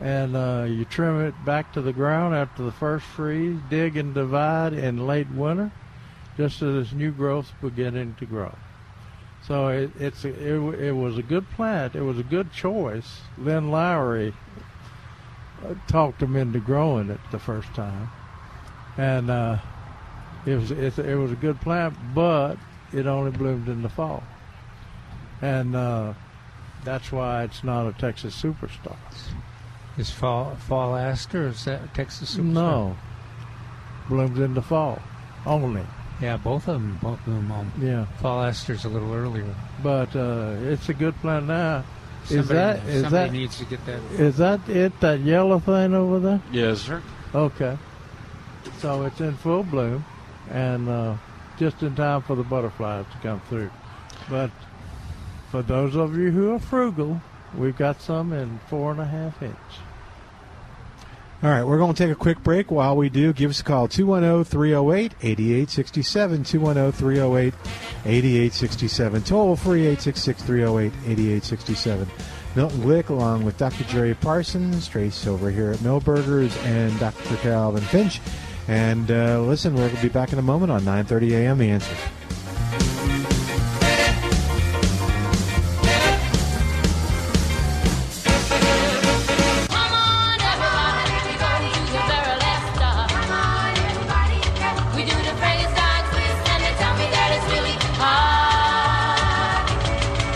And uh, you trim it back to the ground after the first freeze, dig and divide in late winter, just as its new growth's beginning to grow. So it, it's a, it, w- it was a good plant. It was a good choice. Lynn Lowry uh, talked him into growing it the first time, and uh, it was it, it was a good plant, but it only bloomed in the fall, and uh, that's why it's not a Texas superstar. Is fall fall aster? Is that Texas superstar? No, blooms in the fall only. Yeah, both of them both bloom on. Yeah. Fall aster's a little earlier. but uh, it's a good plant now. Is Somebody- that is somebody that needs to get that- is that it? That yellow thing over there? Yes, sir. Okay, so it's in full bloom, and uh, just in time for the butterflies to come through. But for those of you who are frugal, we've got some in four and a half inch. All right, we're going to take a quick break. While we do, give us a call oh, 210 308 8867. 210 308 8867. Toll free 866 308 8867. Milton Glick, along with Dr. Jerry Parsons, Trace over here at Millburgers, and Dr. Calvin Finch. And uh, listen, we'll be back in a moment on 9:30 a.m. The answer. We do the praise God twist and they tell me that it's really hard.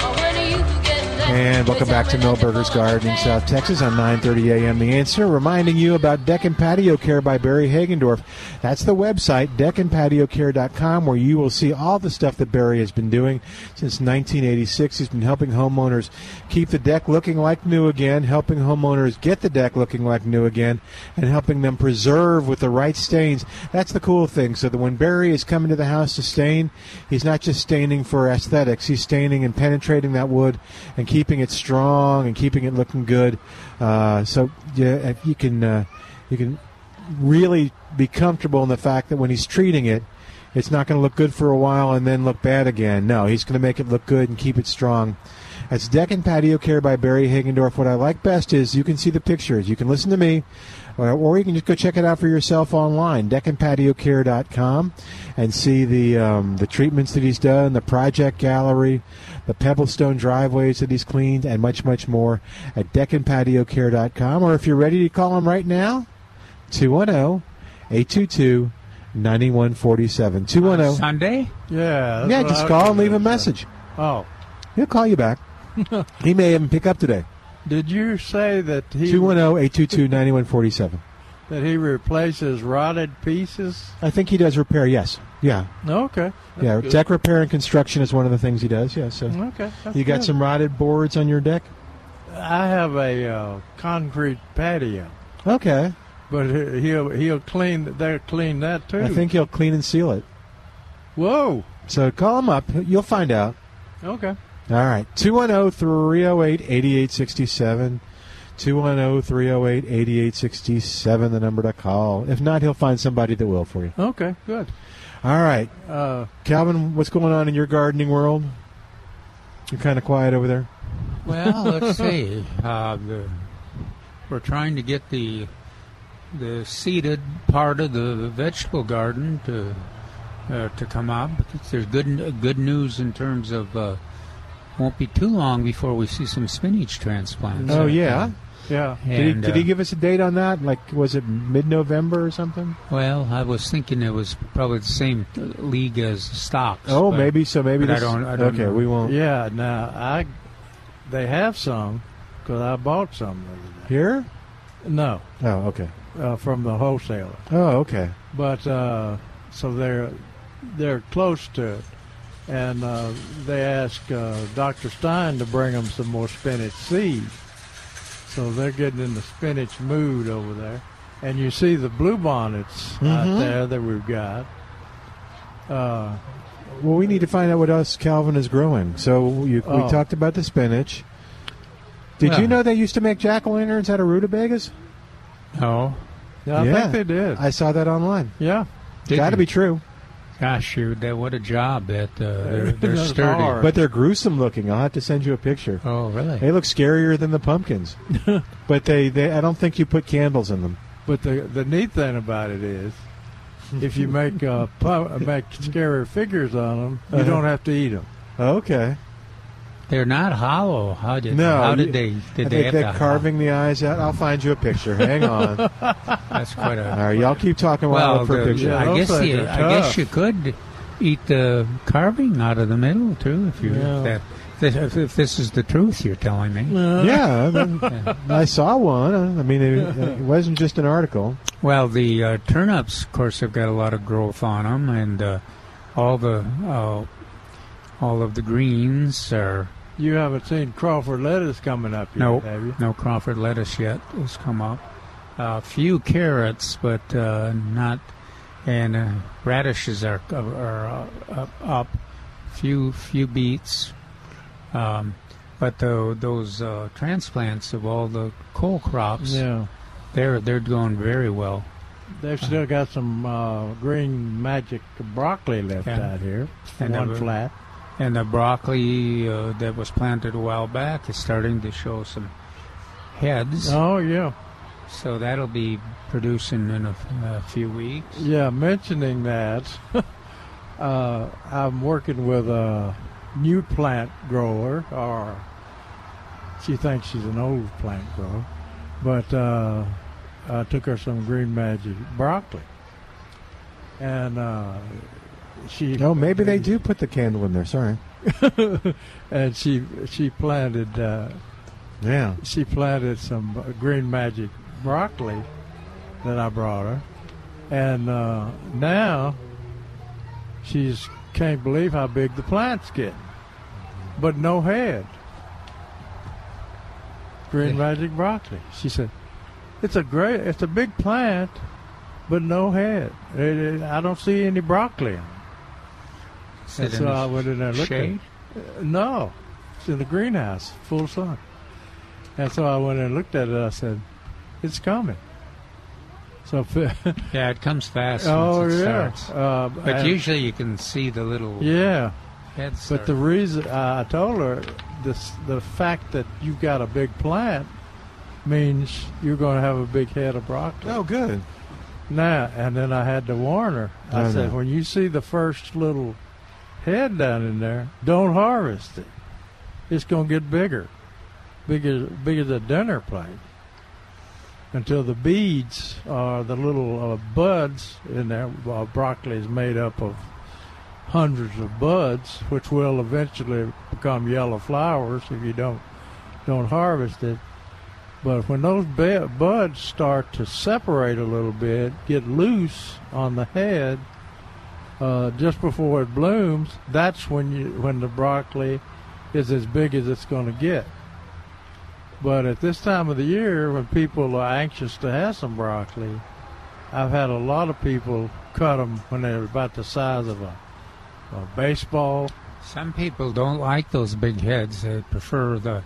Oh, when are you getting that? And welcome back to Millburgers Garden in South Texas on 9:30 a.m. The Answer, reminding you about Deck and Patio Care by Barry Hagendorf. That's the website deckandpatiocare.com where you will see all the stuff that Barry has been doing since 1986. He's been helping homeowners keep the deck looking like new again, helping homeowners get the deck looking like new again, and helping them preserve with the right stains. That's the cool thing. So that when Barry is coming to the house to stain, he's not just staining for aesthetics. He's staining and penetrating that wood and keeping it strong and keeping it looking good. Uh, so yeah, if you can uh, you can really be comfortable in the fact that when he's treating it, it's not going to look good for a while and then look bad again. No, he's going to make it look good and keep it strong. That's Deck and Patio Care by Barry Hagendorf. What I like best is you can see the pictures. You can listen to me, or, or you can just go check it out for yourself online, deckandpatiocare.com, and see the um, the treatments that he's done, the project gallery, the pebblestone driveways that he's cleaned, and much, much more at deckandpatiocare.com. Or if you're ready to call him right now, 210 822 9147. 210. Sunday? Yeah, Yeah. that's what I just was call and gonna leave a do. message. Oh, He'll call you *laughs* back. he may even pick up today. did you say that he 210-822-9147. that he replaces rotted pieces? I think he does repair, yes. Yeah. Okay. that's yeah, good. deck repair and construction is one of the things he does. Yeah, so Okay. that's you got good. some rotted boards on your deck? I have a uh, concrete patio, Okay. but he- he'll he'll clean they'll clean that too. I think he'll clean and seal it. Whoa. So call him up, you'll find out. Okay. All right. 210-308-8867. 210-308-8867 the number to call. If not, he'll find somebody that will for you. Okay. Oh, Good. All right. Uh, Calvin, what's going on in your gardening world? You're kind of quiet over there. Well, let's see. Uh, the, we're trying to get the the seeded part of the vegetable garden to uh, to come out. But there's good good news in terms of uh, won't be too long before we see some spinach transplants. Uh, Oh yeah. Yeah. did he, And, did he uh, give us a date on that? Like, was it mid-November or something? Well, I was thinking it was probably the same league as stocks. Oh, but- maybe so. Maybe but I this- don't. I don't okay, know. we won't. Yeah. Now I they have some because I bought some. the other Here? day. No, Oh, okay. uh, from the wholesaler. Oh, okay. But uh, so they're they're close to it, and uh, they asked uh, Dr. Stein to bring them some more spinach seeds. So they're getting in the spinach mood over there, and you see the bluebonnets out Mhm. there that we've got. Uh, Well, we need to find out what else Calvin is growing. So you, Oh. we talked about the spinach. Did Yeah. you know they used to make jack o' lanterns out of rutabagas? No. Yeah, I think they did. I saw that online. Yeah. Did Got to you? be true. Gosh, shoot, that what a job that uh, *laughs* they're, they're That's sturdy. hard. But they're gruesome looking. I'll have to send you a picture. oh, really? They look scarier than the *laughs* pumpkins. but they, they, I don't think you put candles in them. But the the neat thing about *laughs* it is, if you make uh, pu- make scary figures on them, you Uh-huh. don't have to eat them. Okay. They're not hollow. How did No. how did you- they I did they think have they're to- carving the eyes out. I'll find you a picture. Hang on. *laughs* All That's quite a right, y'all keep talking while I well. look for a the- picture. yeah. I those guess things you, are I guess tough. you could eat the carving out of the middle too if you Yeah. if that if, if this is the truth you're telling me. Yeah, I, *laughs* mean, I saw one. I mean, it, it wasn't just an article. Well, the uh, turnips, of course, have got a lot of growth on them, and uh, all the uh, all of the greens are You haven't seen Crawford lettuce coming up yet, no have you? no Crawford lettuce yet has come up. A few carrots, but uh, not, and uh, radishes are are uh, up. up. Few few beets, um, but tho- those uh, transplants of all the coal crops, Yeah, they're they're going very well. they've still got some uh, green magic broccoli left Yeah. out here. And one the- flat. And the broccoli uh, that was planted a while back is starting to show some heads. Oh yeah, So that'll be producing in a, a few weeks. yeah. Mentioning that, *laughs* uh, I'm working with a new plant grower, or she thinks she's an old plant grower, but uh, I took her some green magic broccoli, and uh, she No, maybe they do put the candle in there. Sorry. *laughs* and she she planted. Uh, Yeah. she planted some uh, green magic broccoli that I brought her, and uh, now she's can't believe how big the plant's getting, but no head. Green magic broccoli. She said, "It's a great, it's a big plant, but no head. It, it, I don't see any broccoli." on it." Sit And in so the I went in there and looked at it. Uh, Shade? No, it's in the greenhouse, full sun. And so I went and looked at it. I said, "It's coming." So, *laughs* f- Yeah, it comes fast oh once it yeah, starts. uh, But and- usually you can see the little uh, yeah. heads. But the there. reason uh, I told her this, the fact that you've got a big plant means you're going to have a big head of broccoli. Oh, good. Now, and then I had to warn her. I I said, know. when you see the first little head down in there, don't harvest it. It's going to get bigger, big as, big as a dinner plate, until the beads or the little uh, buds in there. Uh, broccoli is made up of hundreds of buds, which will eventually become yellow flowers if you don't don't harvest it. But when those be- buds start to separate a little bit, get loose on the head, uh, just before it blooms, that's when you when the broccoli is as big as it's going to get. But at this time of the year, when people are anxious to have some broccoli, I've had a lot of people cut them when they're about the size of a, a baseball. Some people don't like those big heads. They prefer the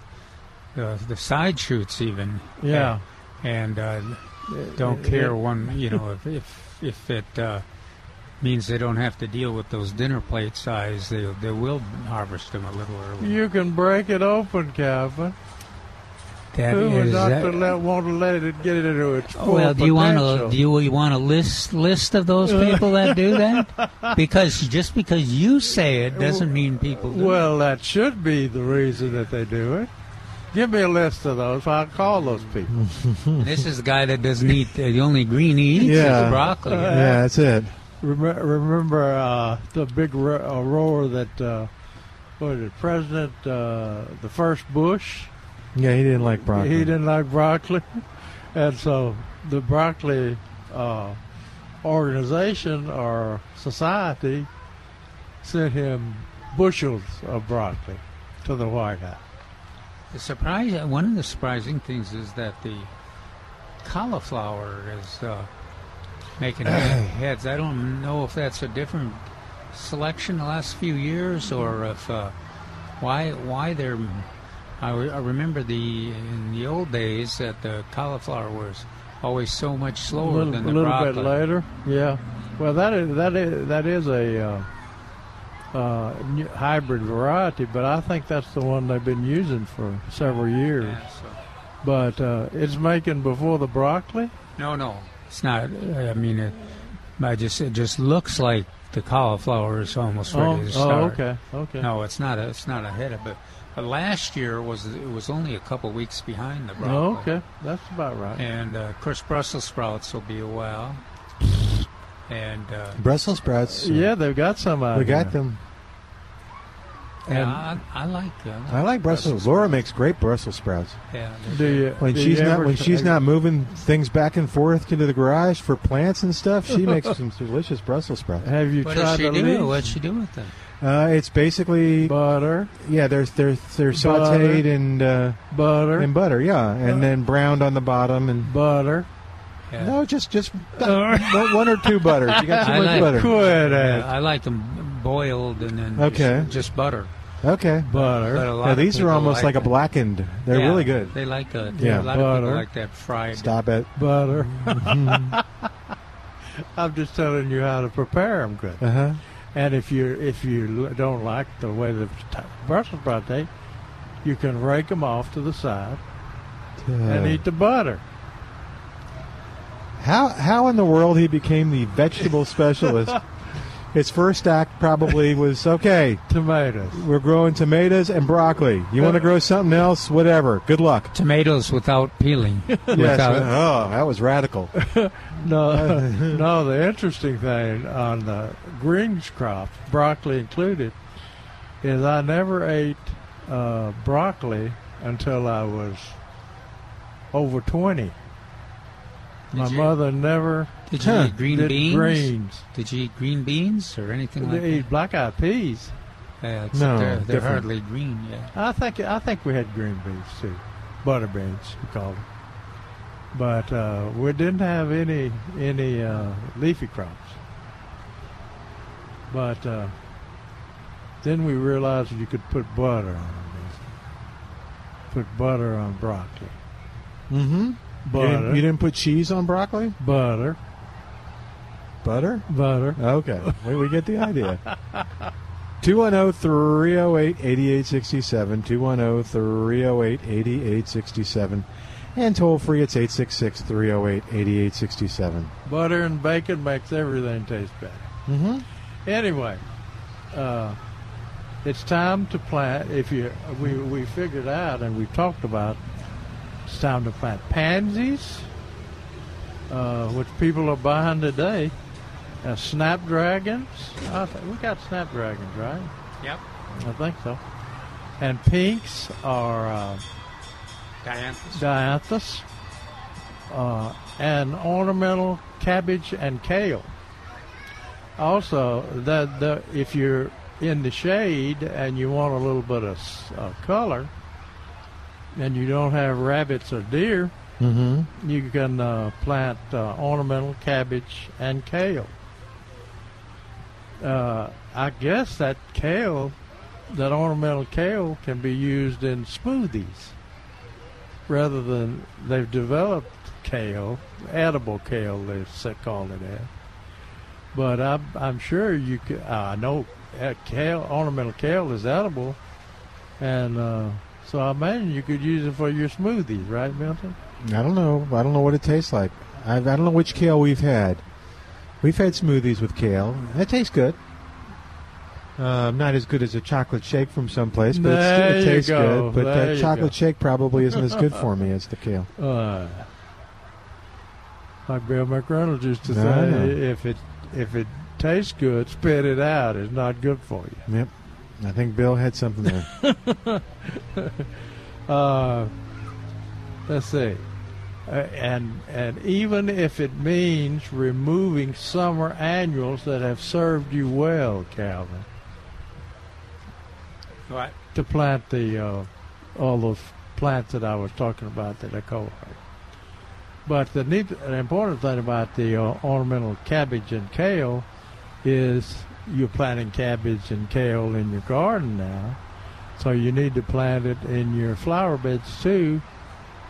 the, the side shoots even. Yeah. Uh, And uh, don't care one. You know, if if, if it uh, means they don't have to deal with those dinner plate size, they they will harvest them a little early. You can break it open, Calvin. That Who would is- not that- to let, want to let it get into its full well, Oh, do you want potential? to do you, you want a list list of those people that do that? *laughs* Because just because you say it doesn't mean people. Do. Well, that should be the reason that they do it. Give me a list of those. I'll call those people. *laughs* this is the guy that doesn't eat uh, the only green he eats Yeah. is broccoli. Uh, Yeah, that's it. Rem- remember uh, the big ro- uh, roar that uh, what is it, President uh, the first Bush? Yeah, he didn't like broccoli. He didn't like broccoli, and so the broccoli uh, organization or society sent him bushels of broccoli to the White House. The surprise, one of the surprising things is that the *clears throat* cauliflower is uh, making he- heads. I don't know if that's a different selection the last few years, or if uh, why why they're. I, re- I remember the in the old days that the cauliflower was always so much slower little, than the a little broccoli. bit later. Yeah. Well, that is that is that is a uh, uh, new- hybrid variety, but I think that's the one they've been using for several years. But uh, it's making before the broccoli. No, no, it's not. I mean, it, I just it just looks like the cauliflower is almost Oh, ready to oh, start. okay, okay. No, it's not. A, it's not ahead of it. But last year was it was only a couple weeks behind the broccoli. Oh, okay, that's about right. And uh, of course, Brussels sprouts will be a while. And uh, Brussels sprouts. uh, yeah, they've got some. Out we got here. them. yeah, I, I like. Uh, I like Brussels. Laura makes great Brussels sprouts. Yeah. Do you When do she's you not ever when try- she's not moving things back and forth into the garage for plants and stuff, she makes *laughs* some delicious Brussels sprouts. Have you What tried does she the do? leaves? What's she do with them? Uh, it's basically Butter, yeah, they're they're they're sautéed Butter. and uh, butter, and butter, yeah, and then browned on the bottom and butter. Yeah. no, just *laughs* just one one or two butters. You got too I much *laughs* like- butter. Quit Yeah, it. I like them boiled and then just- Okay. just, butter. Okay, Butter. But a lot now of these are people almost like, like a blackened. They're Yeah, really good. They like that. Yeah. a lot of Butter. people like that fried. Stop it. Mm-hmm. butter. I'm just telling you how to prepare them, Chris. Uh huh. And if you if you l- don't like the way the t- Brussels sprout taste, you can rake them off to the side *laughs* and Uh, eat the butter. How how in the world he became the *laughs* vegetable specialist? His first act probably was okay. Tomatoes. We're growing tomatoes and broccoli. You want to grow something else? Whatever. Good luck. Tomatoes without peeling. *laughs* Yes. Without- Oh, that was radical. *laughs* No, *laughs* no. The interesting thing on the greens crop, broccoli included, is I never ate uh, broccoli until I was over twenty. My you- mother never Did you eat green *laughs* did beans? greens. Did you eat green beans or anything like They eat black eyed peas. that? Yeah, except No, they're, they're different. hardly green yet. I think I think we had green beans too, butter beans we called them. But uh, we didn't have any any uh, leafy crops. But uh, then we realized you could put butter on them. Put butter on broccoli. Mm-hmm. You Butter, didn't, you didn't put cheese on broccoli? butter, Butter? butter. Okay. We, we get the *laughs* idea. oh, 210-308-8867. oh, 210-308-8867. And toll free, it's 866-308-8867. Butter and bacon makes everything taste better. Mm-hmm. Anyway, uh, it's time to plant. If you we we figured out and we talked about, it's time to plant pansies, uh, which people are buying today. Uh, snapdragons. I th- we got snapdragons, right? Yep. I think so. And pinks are. Uh, Dianthus. dianthus, uh, and ornamental cabbage and kale. Also, the, the, if you're in the shade and you want a little bit of s- uh, color, and you don't have rabbits or deer, mm-hmm. you can uh, plant uh, ornamental cabbage and kale. Uh, I guess that kale, that ornamental kale, can be used in smoothies rather than they've developed kale, edible kale, they s- call it that. But I'm, I'm sure you could, I know uh, kale, ornamental kale is edible, and uh, so I imagine you could use it for your smoothies, right, Milton? I don't know. I don't know what it tastes like. I, I don't know which kale we've had. We've had smoothies with kale. That tastes good. Uh, not as good as a chocolate shake from someplace, but it There still you tastes go. good. But There that you chocolate go. shake probably isn't as good for *laughs* me as the kale. Uh, like Bill McReynolds used to No, I know. say, if it if it tastes good, spit it out. It's not good for you. Yep. I think Bill had something *laughs* there. uh, let's see, uh, and and even if it means removing summer annuals that have served you well, Calvin, What? to plant the uh, all those plants that I was talking about that I covered. But the neat, an important thing about the uh, ornamental cabbage and kale is you're planting cabbage and kale in your garden now, so you need to plant it in your flower beds too,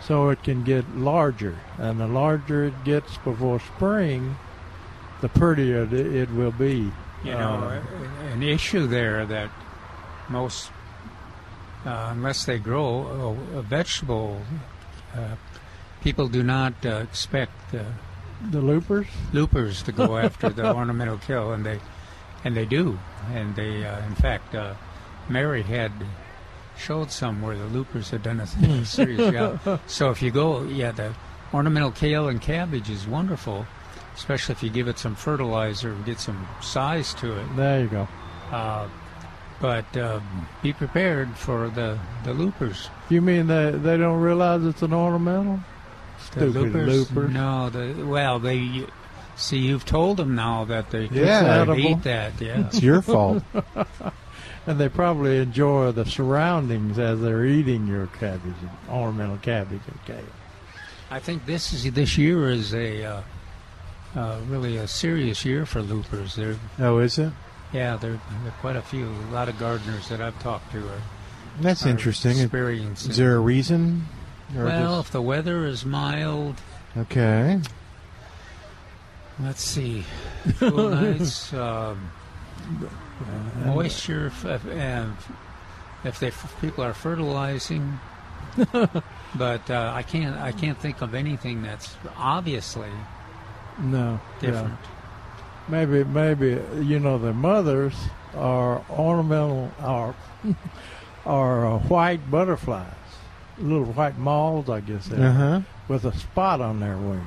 so it can get larger. And the larger it gets before spring, the prettier it- it will be. Uh, You Uh, know, an issue there that most, uh, unless they grow a, a vegetable, uh, people do not uh, expect uh, the loopers loopers to go after *laughs* the ornamental kill, and they and they do, and they uh, in fact uh, Mary had showed some where the loopers had done a *laughs* serious *laughs* job. So if you go, yeah, the ornamental kale and cabbage is wonderful, especially if you give it some fertilizer and get some size to it. There you go. Uh, but uh, be prepared for the, the loopers. You mean they they don't realize it's an ornamental? The Stupid loopers, looper. No, the well they. See, you've told them now that they Yeah. should Edible. eat that. Yeah, It's your *laughs* fault. And they probably enjoy the surroundings as they're eating your cabbage, and ornamental cabbage and kale. I think this is this year is a uh, uh, really a serious year for loopers. There, Oh, is it? yeah, there, there are quite a few. A lot of gardeners that I've talked to are. That's are interesting. experiencing- Is there a reason? Or well, if the weather is mild, just- okay. let's *laughs* see, cool nights, um, moisture, f- f- and f- if they if people are *laughs* fertilizing. but uh, I can't I can't think of anything that's obviously No, yeah. different. Maybe, maybe you know the mothers are ornamental are *laughs* are uh, white butterflies, little white moths, I guess, they are, Uh-huh. with a spot on their wings.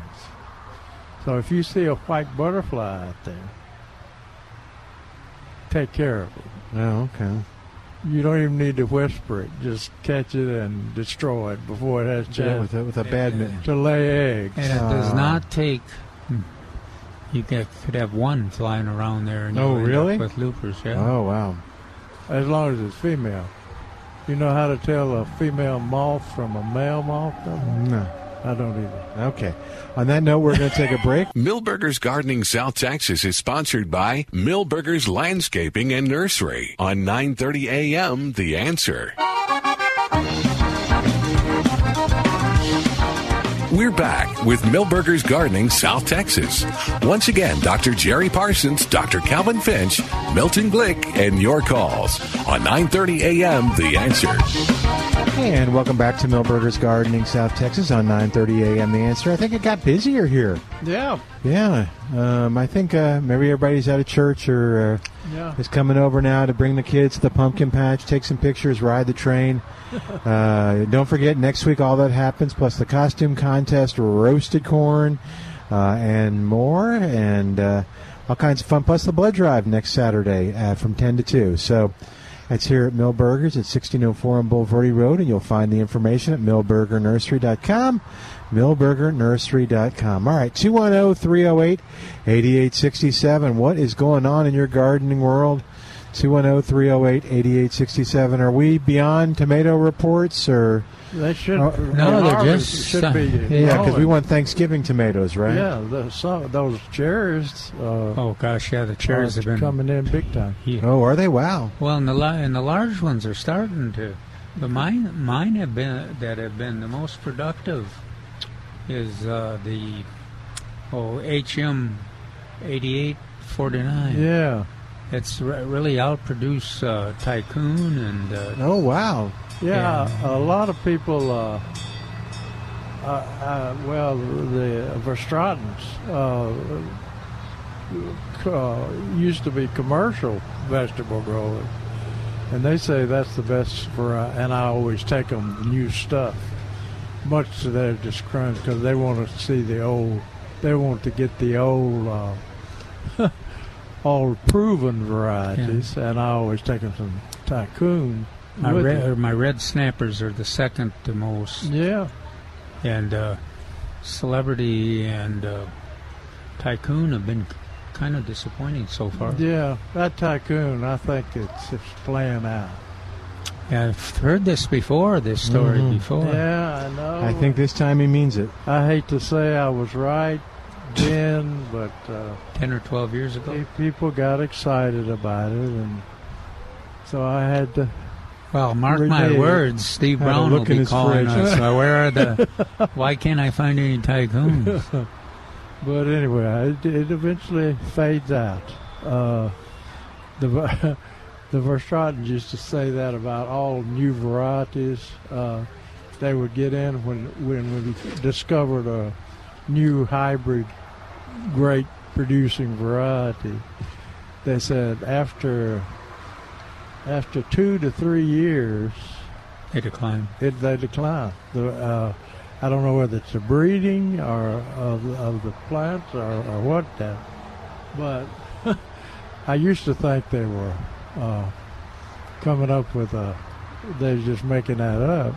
So if you see a white butterfly out there, take care of it. Oh, okay. You don't even need to whisper it; just catch it and destroy it before it has chance Yeah, with a, with a badminton. to lay eggs. And it does Ah. not take. hmm, You get, could have one flying around there. And Oh, you end up really? With loopers, yeah. Oh, wow. as long as it's female. You know how to tell a female moth from a male moth? though? No. I don't either. Okay. On that note, we're going *laughs* to take a break. Millburgers Gardening South Texas is sponsored by Millburgers Landscaping and Nursery on 9:30 a.m. The Answer. We're back with Millburgers Gardening South Texas. Once again, Dr. Jerry Parsons, Dr. Calvin Finch, Milton Glick, and your calls on 9:30 a.m. The Answer. And welcome back to Millburgers Gardening, South Texas on 9:30 a.m. The answer. I think it got busier here. Yeah, Yeah, um, I think uh, maybe everybody's out of church or uh, yeah. is coming over now to bring the kids to the pumpkin patch, take some pictures, ride the train. Uh, don't forget next week all that happens, plus the costume contest, roasted corn, uh, and more, and uh, all kinds of fun. Plus the blood drive next Saturday uh, from 10 to 2. So. It's here at Millburgers at 1604 on Boulevardy Road, and you'll find the information at millburgernursery.com. Millburgernursery.com. All right, oh, 210 308 8867. What is going on in your gardening world? oh, 210 308 8867. Are we beyond tomato reports or. They should. Oh, no, they're harvest just- should be. Yeah, because we growing. want Thanksgiving tomatoes, right? Yeah, the, so, those cherries. Uh, Oh gosh, yeah. The cherries are have been. coming in big time. Oh, are they? Wow. Well, and the la- and the large ones are starting to. The mine mine have been that have been the most productive is uh, the oh HM eighty eight forty nine. Yeah, It's re- really outproduce uh, tycoon and uh, Oh, wow. yeah. A lot of people. Uh, uh, uh, well, the Verstratens uh, uh, used to be commercial vegetable growers, and they say that's the best for. uh, and I always take them new stuff, much to their discredit, because they want to see the old. They want to get the old. Uh, *laughs* All proven varieties, and I always take them some tycoon. my with red, it. or my red snappers are the second to most. Yeah, and uh, celebrity and uh, tycoon have been kind of disappointing so far. yeah. That tycoon, I think it's it's playing out. Yeah, I've heard this before, this story Mhm. before. Yeah, I know. I think this time he means it. I hate to say I was right, then, but uh, ten or twelve years ago. pe- people got excited about it, and so I had to. Well, mark my Renee words, Steve had a Brown will look in be his calling fridge. *laughs* us. Uh, Where are the? Why can't I find any tycoons? But anyway, it, it eventually fades out. Uh, the Ver- *laughs* the Verstraten used to say that about all new varieties. Uh, they would get in when when we discovered a new hybrid, great producing variety. They said after after two to three years, They decline. it, they decline. The, uh, I don't know whether it's the breeding or of, of the plants or, or what that, but *laughs* I used to think they were uh, coming up with a, they're just making that up.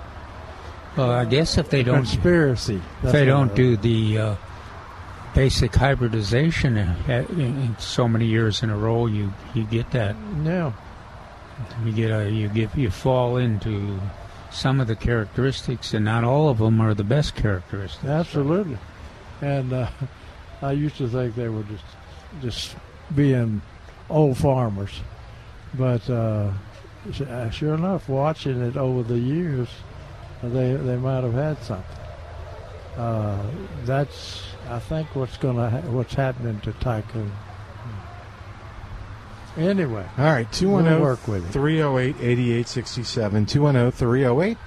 Well, I guess if they don't conspiracy. If That's they what don't it do the uh, basic hybridization at, in, in so many years in a row, you you get that. No. You get a, you get you fall into some of the characteristics, and not all of them are the best characteristics. Absolutely. And uh, *laughs* I used to think they were just just being old farmers, but uh, s- uh, sure enough, watching it over the years, they they might have had something. Uh, that's I think what's gonna ha- what's happening to tycoon. Anyway, All right, we'll 210 work with it. 308 8867. 210 308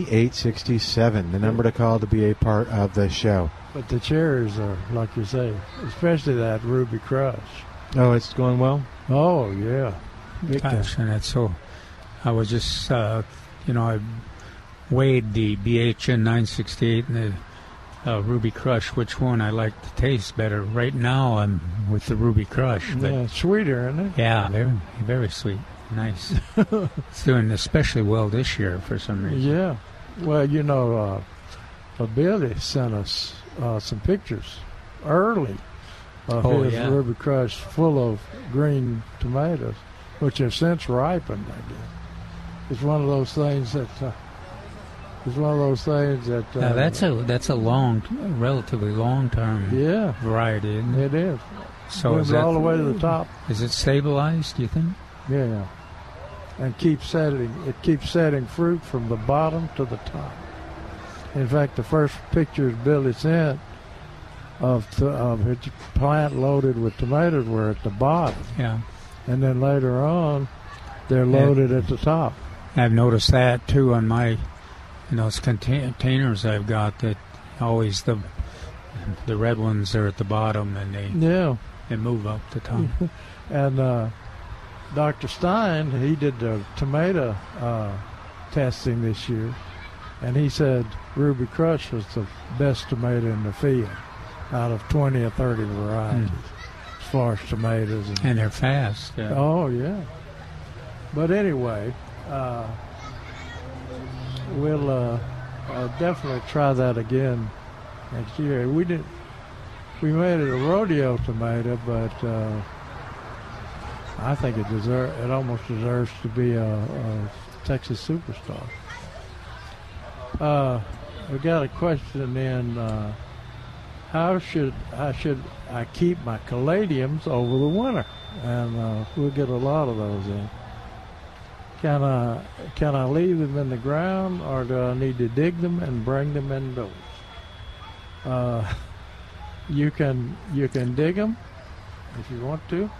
8867. The number to call to be a part of the show. But the cherries are like you say, especially that Ruby Crush. Oh, it's going well? Oh yeah, Big time. Gosh, and that's so. I was just, uh, you know, I weighed the BHN 968 and the uh, Ruby Crush. Which one I like to taste better? Right now, I'm with the Ruby Crush. But yeah, sweeter, isn't it? Yeah, very, very sweet. *laughs* Nice. it's doing especially well this year for some reason. Yeah. Well, you know, uh, uh, Billy sent us uh, some pictures early of Oh, his yeah. Ruby Crush full of green tomatoes, which have since ripened, I guess. It's one of those things that. Uh, it's one of those things that. Uh, Now that's a that's a long, relatively long term Yeah, variety, isn't it? it is. So Moves is that, all the way to the top. is it stabilized? Do you think? Yeah. And keeps setting it keeps setting fruit from the bottom to the top. In fact, the first pictures Billy sent of t of his plant loaded with tomatoes were at the bottom, Yeah, and then later on, they're loaded at the top. I've noticed that too on my in those contain- containers I've got that always the the red ones are at the bottom and they, Yeah. they move up the top. *laughs* And uh, Dr. Stein, he did the tomato uh, testing this year, and he said Ruby Crush was the best tomato in the field out of 20 or 30 varieties as far as tomatoes. And, and they're fast. Yeah. Oh, yeah. But anyway, uh, we'll uh, uh, definitely try that again next year. We did. We made it a rodeo tomato, but uh, I think it deserve it almost deserves to be a, a Texas superstar. Uh, I got a question in. Uh, how should I should I keep my caladiums over the winter? And uh, we'll get a lot of those in. Can I can I leave them in the ground, or do I need to dig them and bring them indoors? Uh, you can you can dig them if you want to.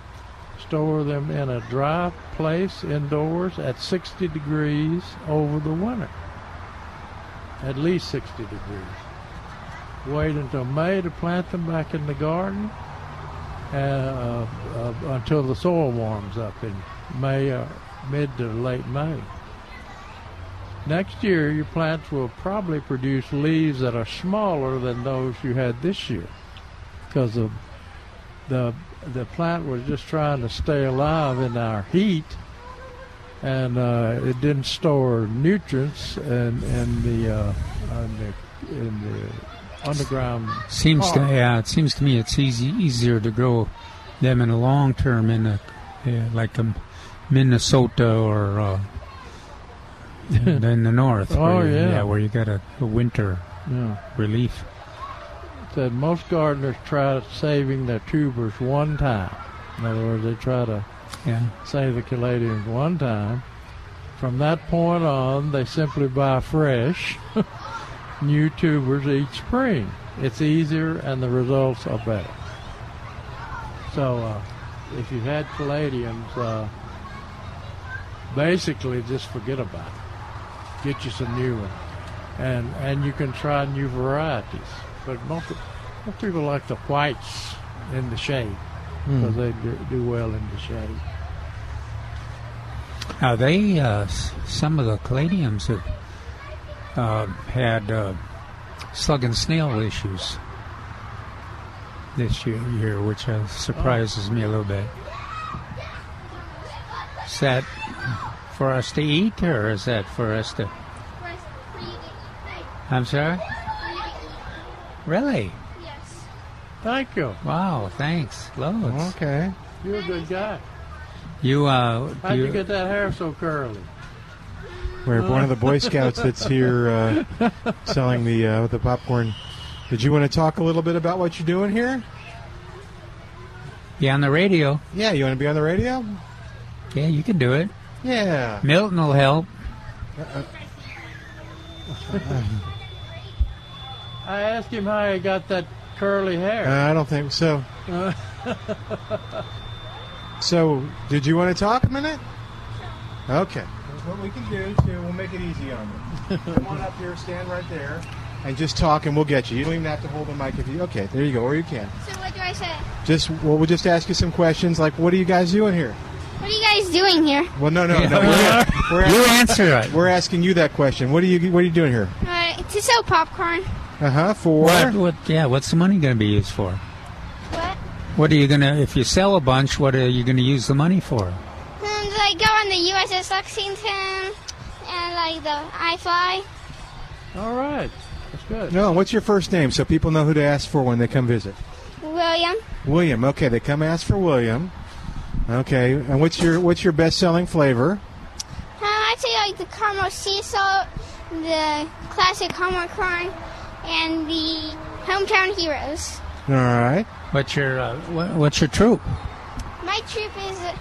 Store them in a dry place indoors at 60 degrees over the winter. At least 60 degrees wait until May to plant them back in the garden uh, uh, uh, until the soil warms up in May, uh, mid to late May. Next year, your plants will probably produce leaves that are smaller than those you had this year because the, the, the plant was just trying to stay alive in our heat and uh, it didn't store nutrients and, and the, uh, and the, and the underground. Seems to Oh. yeah, it seems to me it's easy easier to grow them in the long term in a yeah, like a Minnesota or *laughs* uh, than the north. Oh, where, yeah. where you got a, a winter Yeah. relief. that most gardeners try saving their tubers one time. In other words, they try to Yeah. save the caladiums one time. From that point on, they simply buy fresh, *laughs* new tubers each spring. It's easier and the results are better. So, uh, if you've had caladiums, uh, basically just forget about it. Get you some new ones, and and you can try new varieties. But most most people like the whites in the shade Hmm. because they do, do well in the shade. Now they uh, s- some of the caladiums have uh, had uh, slug and snail issues this year, year which uh, surprises me a little bit. Is that for us to eat, or is that for us to? I'm sorry. Really? Yes. Thank you. Wow. Thanks. Loads. Okay. You're a good guy. You uh. How'd you- you get that hair so curly? We're one of the Boy Scouts that's here uh, selling the uh, the popcorn. Did you want to talk a little bit about what you're doing here? Yeah, on the radio. Yeah, you want to be on the radio? Yeah, you can do it. Yeah. Milton will *laughs* help. I asked him how he got that curly Uh, hair. I don't think so. Uh, *laughs* So, did you want to talk a minute? Okay. What we can do to, we'll make it easy on you. Come on up here, stand right there. And just talk, and we'll get you. You don't even have to hold the mic if you. Okay, there you go, or you can. So what do I say? Just well, we'll just ask you some questions, like what are you guys doing here? What are you guys doing here? Well, no, no, no. We're, *laughs* we're You answer it. We're asking you that question. What are you What are you doing here? Uh, to sell popcorn. Uh huh. For What, what? Yeah. What's the money going to be used for? What? What are you gonna? If you sell a bunch, what are you gonna use the money for? And like go on the USS Lexington and like the I Fly. All right. That's good. no. What's your first name so people know who to ask for when they come visit? William. William. Okay, they come ask for William. Okay, and what's your what's your best selling flavor? Um, I'd say like the caramel sea salt, the classic caramel corn, and the hometown heroes. All right. What's your uh, what, What's your troop? My troop is uh,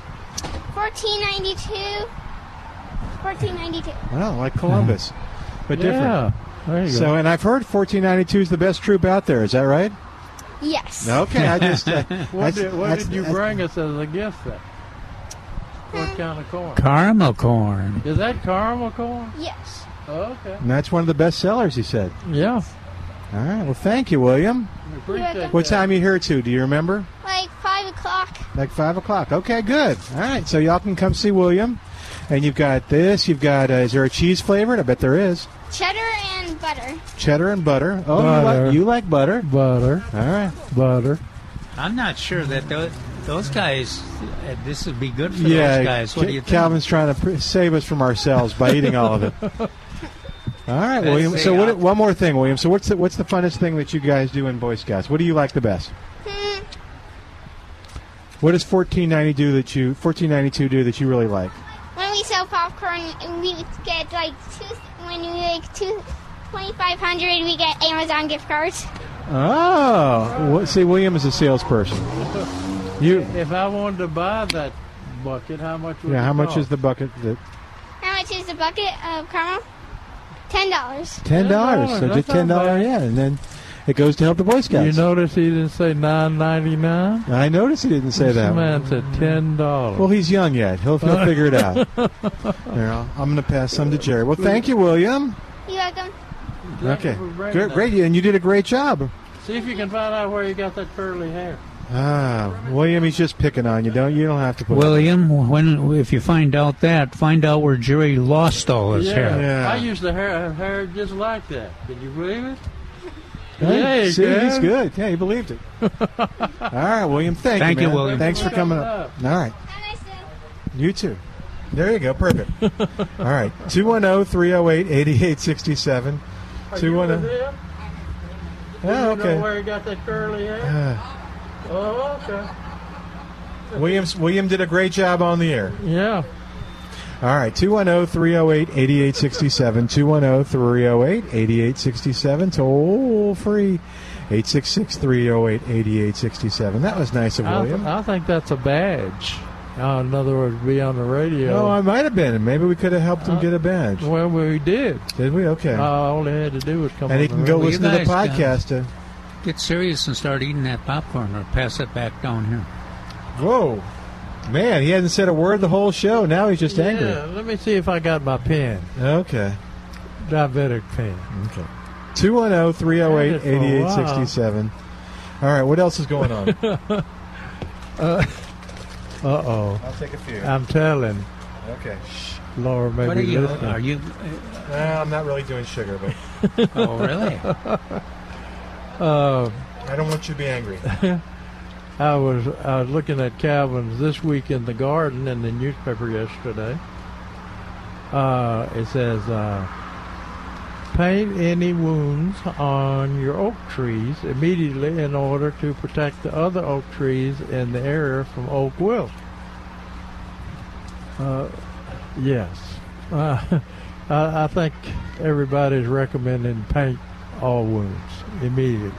1492. 1492. Well, Oh, like Columbus, Uh-huh. but Yeah, different. there you go. So, and I've heard 1492 is the best troop out there. Is that right? Yes. Okay, I *laughs* just. Uh, what *laughs* that's- did, what that's- did you that's- bring us as a gift then? What kind of corn? Caramel corn. Is that caramel corn? Yes. Okay. And that's one of the best sellers, he said. Yeah. All right. Well, thank you, William. We appreciate that. What time you here to? Do you remember? Like 5 o'clock. Like five o'clock. Okay, good. All right. So y'all can come see William. And you've got this. You've got. Uh, is there a cheese flavored? I bet there is. Cheddar and butter. Cheddar and butter. Oh, You, Butter. like, you like butter. Butter. All right. Butter. I'm not sure that those, those guys. Uh, this would be good for yeah. those guys. What Ca- do you think? Calvin's trying to pr- save us from ourselves by eating all of it. *laughs* All right, Let's William. see, So I'll- what, one more thing, William. So what's the, what's the funnest thing that you guys do in Boy Scouts? What do you like the best? Hmm. What does 1490 do that you 1492 do that you really like? When we sell popcorn, we get like two. When we make two. 2500 we get Amazon gift cards. Oh, wha- see, William is a salesperson. You, If I wanted to buy that bucket, how much would yeah. it How much cost? is the bucket? That How much is the bucket of caramel? $10. ten dollars. So $10, just that's not ten dollars, bad. yeah, and then it goes to help the Boy Scouts. You notice he didn't say nine ninety nine. I noticed he didn't say This that. man said ten dollars. Well, he's young yet. He'll, he'll figure it *laughs* out. Here, I'll- I'm going to pass some to Jerry. Well, thank you, William. You welcome. Okay, for bringing great, that. great, and you did a great job. See if you can find out where you got that curly hair. Ah, William, he's just picking on you. Don't you don't have to put. William, when if you find out that, find out where Jerry lost all his hair. Yeah. I used to hair, have hair just like that. Can you believe it? Hey, Yeah, see, yeah. he's good. Yeah, he believed it. All right, William. Thank, Thank you, you, man. William. Thanks for coming up. All right. Have a nice day. You too. There you go. Perfect. All right. 210 308 8867. 210. Yeah. Yeah, You know Oh, okay. where he got that curly hair? Uh, Oh, okay. Williams, William did a great job on the air. Yeah. All right. oh, 210 308 oh, 8867. 210 308 8867. Toll free. 866 308 8867. That was nice of I, William. th- I think that's a badge. Uh, in other words, be on the radio. Uh, No, I might have been. Maybe we could have helped him get a badge. Well, we did. Did we? Okay. Uh, all they had to do was come and on he the can go radio. listen to the podcast. To, Get serious and start eating that popcorn or pass it back down here. whoa. Man, he hasn't said a word the whole show. Now he's just Yeah, angry. let me see if I got my pen. Okay. Diabetic pen. Okay. 210 308 Had it for a while. 8867. All right, what else is going *laughs* *laughs* on? Uh oh. I'll take a few. I'm telling. Okay. Laura may What be are you- listening. are you- Well, I'm not really doing sugar, but. *laughs* Oh, really? Uh, I don't want you to be angry. *laughs* I was I was looking at Calvin's this week in the garden in the newspaper yesterday. Uh, it says, uh, paint any wounds on your oak trees immediately in order to protect the other oak trees in the area from oak wilt. Uh, yes, *laughs* uh, I, I think everybody's recommending paint all wounds immediately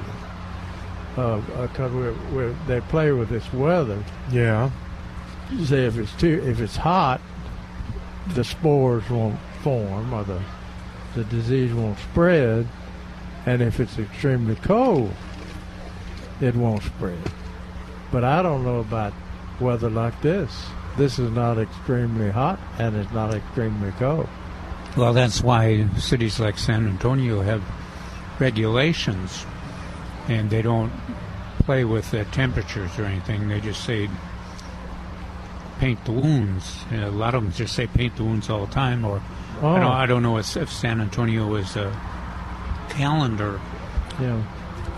because uh, 'cause we're, we're, they play with this weather. Yeah. You say if it's too if it's hot, the spores won't form or the the disease won't spread, and if it's extremely cold, it won't spread. But I don't know about weather like this. This is not extremely hot and it's not extremely cold. Well, that's why cities like San Antonio have regulations, and they don't play with the temperatures or anything. They just say paint the wounds. And a lot of them just say paint the wounds all the time. Or I, Oh. don't, I don't know if if San Antonio is a calendar. Yeah.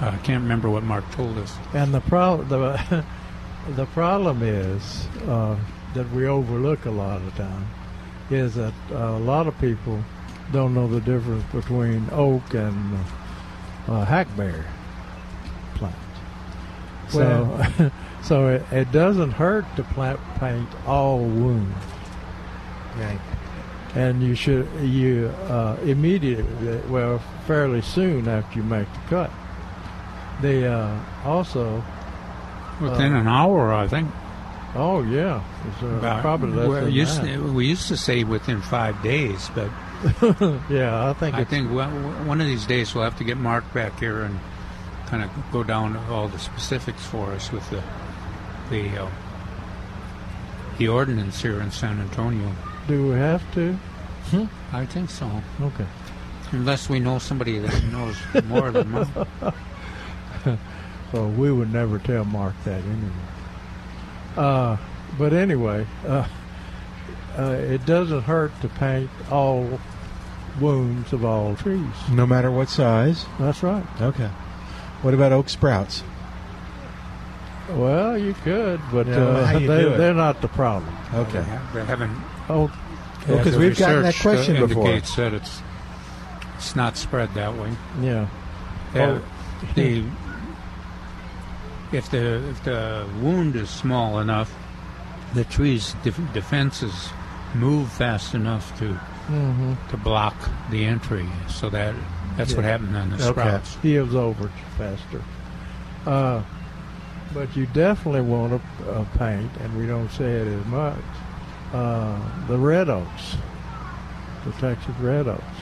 Uh, I can't remember what Mark told us. And the problem the, *laughs* the problem is uh, that we overlook a lot of time is that uh, a lot of people don't know the difference between oak and uh, hackberry plant. So Well- *laughs* so it, it doesn't hurt to plant paint all wounds. Right. And you should you uh, immediately well fairly soon after you make the cut. They uh, also Uh, Within an hour, I think. Oh yeah, it's, uh, About- probably less well, than used that. to- we used to say within five days, but yeah, I think I it's, think one one of these days we'll have to get Mark back here and kind of go down all the specifics for us with the the uh, the ordinance here in San Antonio. do we have to? Hmm? I think so. Okay. Unless we know somebody that knows more than Mark. Well, we would never tell Mark that anyway. Uh, but anyway, uh, uh, it doesn't hurt to paint all wounds of all trees. No matter what size. That's right. Okay. What about oak sprouts? Well, you could, but Yeah, well, how uh, you they, do it? they're not the problem. Okay. They haven't. Oh, Well, 'cause the we've gotten that research, uh, question before. Indicates that it's it's not spread that way. Yeah. Yeah, Oh. the if the if the wound is small enough, the tree's def- defenses move fast enough to Mm-hmm. Mhm. to block the entry. So that that's what Yeah. happened on the sprouts. Heals over faster. Uh, but you definitely want to uh, paint, and we don't say it as much, uh, the red oaks, the Texas red oaks,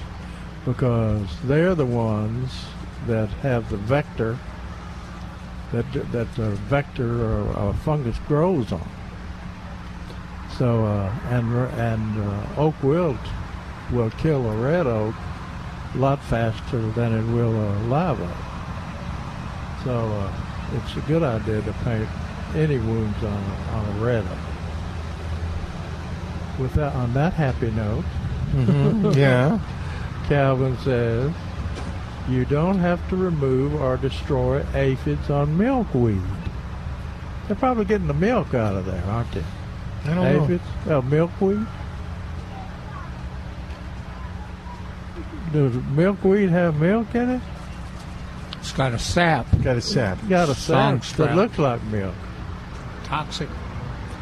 because they're the ones that have the vector that, that the vector or, or fungus grows on. So uh, and and uh, oak wilt will kill a red oak a lot faster than it will a live oak. So uh, it's a good idea to paint any wounds on a, on a red oak. With that, on that happy note, *laughs* Mhm, yeah. Calvin says you don't have to remove or destroy aphids on milkweed. They're probably getting the milk out of there, aren't they? I don't know. aphids, know. Uh, milkweed. Does milkweed have milk in it? It's got a sap. Got a sap. Got a Song sap sprout. that looks like milk. toxic.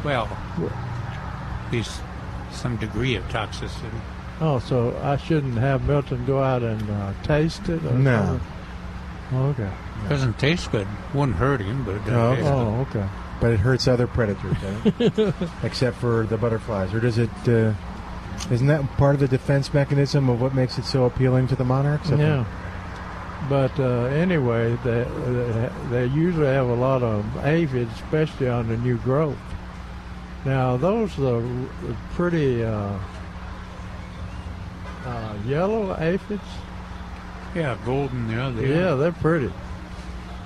Well, at least some degree of toxicity. Oh, so I shouldn't have Milton go out and uh, taste it? Or No. something? Okay. Doesn't taste good. Wouldn't hurt him, but it doesn't Oh, taste good. oh, okay. But it hurts other predators, doesn't *laughs* it? except for the butterflies. Or does it? Uh, isn't that part of the defense mechanism of what makes it so appealing to the monarchs? I think? Yeah. But uh, anyway, they, they they usually have a lot of aphids, especially on the new growth. Now those are pretty uh, uh, yellow aphids. Yeah, golden. Yeah, they yeah, are. they're pretty.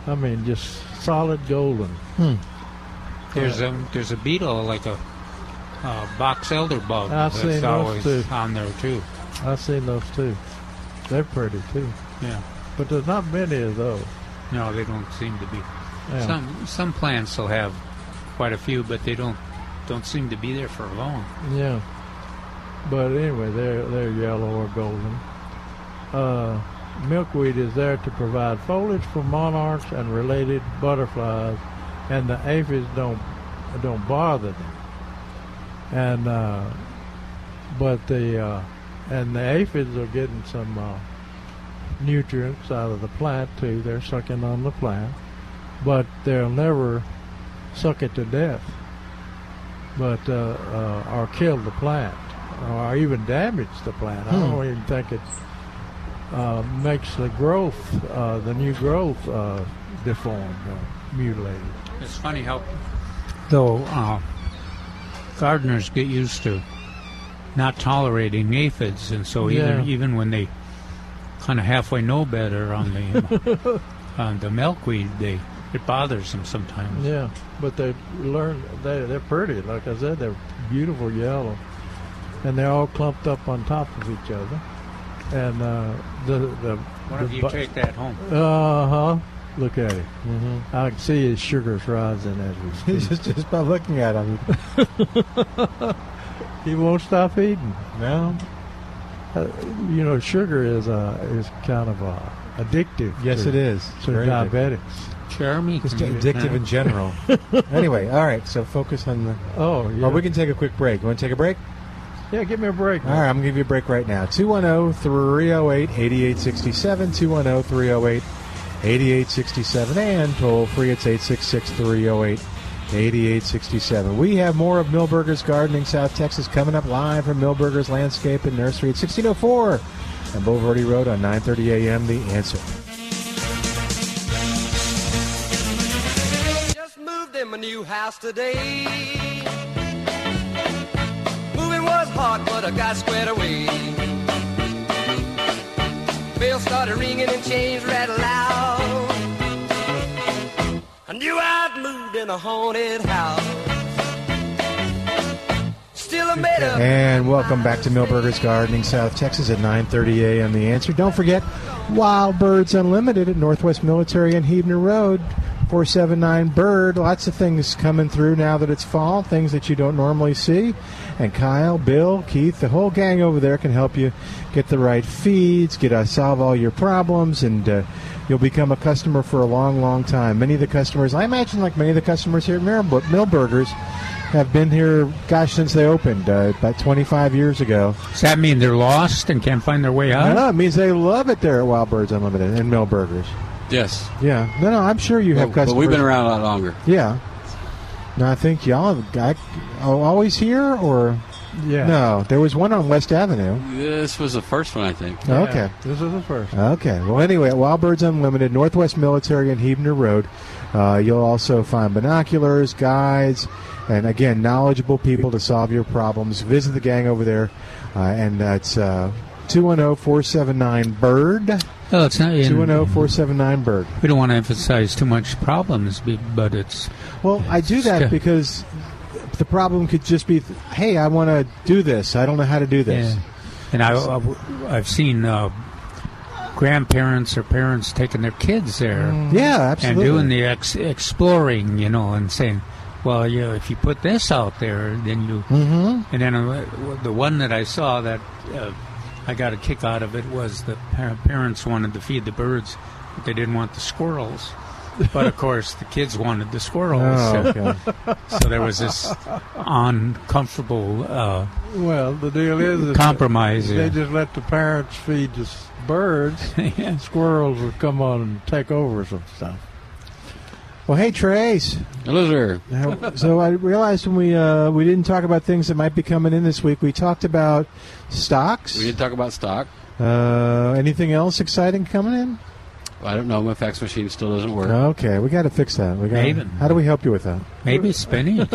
I mean, just solid golden. Hmm. There's a there's a beetle like a, uh box elder bug I've that's seen those always too. on there too. I've seen those too. They're pretty too. Yeah. But there's not many of those. No, they don't seem to be. Yeah. Some some plants will have quite a few, but they don't don't seem to be there for long. Yeah. But anyway, they're they're yellow or golden. Uh, milkweed is there to provide foliage for monarchs and related butterflies, and the aphids don't don't bother them. And uh, but the uh, and the aphids are getting some uh, nutrients out of the plant too. They're sucking on the plant, but they'll never suck it to death but uh, uh, or kill the plant or even damage the plant. I Hmm. don't even think it uh, makes the growth, uh, the new growth, uh, deformed, or mutilated. It's funny how though uh, gardeners get used to not tolerating aphids, and so Yeah. even even when they kind of halfway know better *laughs* on the on the milkweed, they it bothers them sometimes. Yeah, but they learn they they're pretty. Like I said, they're beautiful yellow, and they're all clumped up on top of each other. And uh, the the Why the don't you bu- take that home? Uh huh. Look at it. I can see his sugar's rising as *laughs* we speak. just, Mm-hmm. just by looking at them. *laughs* he won't stop eating. No. Uh, you know, sugar is uh, is kind of uh, addictive. Yes, to- it is. To Very addictive. diabetics. Jeremy, Just can you- addictive in *laughs* general. *laughs* anyway, all right. So focus on the. Oh, yeah. Or we can take a quick break. You want to take a break? Yeah, give me a break. All right, I'm going to give you a break right now. oh, 210 308 8867. 210 308 8867. And toll free, it's 866 308 8867. We have more of Millburgers Gardening South Texas coming up live from Millburgers Landscape and Nursery at 1604 on Boulevardy Road on 930 a.m. The answer. Just moved in my new house today. Moving was hard, but I got squared away. Bells started ringing and chains rattled loud. I knew I'd moved in a haunted house. Still I made up. And welcome back to Millburgers Gardening, South Texas at 9:30 a.m. The answer. Don't forget, Wild Birds Unlimited at Northwest Military and Hebner Road, 479 Bird. Lots of things coming through now that it's fall, things that you don't normally see. And Kyle, Bill, Keith, the whole gang over there can help you get the right feeds, get uh, solve all your problems, and. Uh, You'll become a customer for a long, long time. Many of the customers, I imagine, like many of the customers here at Mir- Millburgers, have been here, gosh, since they opened uh, about 25 years ago. Does that mean they're lost and can't find their way No, out? no, it means they love it there at Wild Birds Unlimited and Millburgers. Yes. Yeah, no, no, I'm sure you have But customers. we've been around a lot longer. Yeah. No, I think y'all have got, oh, always here or? Yeah. No, there was one on West Avenue. This was the first one, I think. Okay. This is the first. Okay. Well, anyway, at Wild Birds Unlimited, Northwest Military and Hebner Road, uh, you'll also find binoculars, guides, and again, knowledgeable people to solve your problems. Visit the gang over there, uh, and that's uh, 210-479-BIRD. No, Oh, it's not. in- oh, 210-479-BIRD. we don't want to emphasize too much problems, be- but it's Well, I do that Okay. because the problem could just be, hey, I want to do this. I don't know how to do this. Yeah. And I, I've seen uh, grandparents or parents taking their kids there. Yeah, absolutely. And doing the ex- exploring, you know, and saying, well, you know, if you put this out there, then you. Mhm. And then uh, the one that I saw that uh, I got a kick out of it was the par- parents wanted to feed the birds, but they didn't want the squirrels. But of course, the kids wanted the squirrels. *laughs* Oh, so, so there was this uncomfortable uh, Well, the deal is that compromise. They yeah. just let the parents feed the s- *laughs* birds. Squirrels will come on and take over some stuff. Well, hey Trace. Hello, sir. so I realized when we uh, we didn't talk about things that might be coming in this week. We talked about stocks. We did talk about stock. Uh, anything else exciting coming in? I don't know. My fax machine still doesn't work. Okay, we got to fix that. We got. Maven. How do we help you with that? Maybe *laughs* spinach.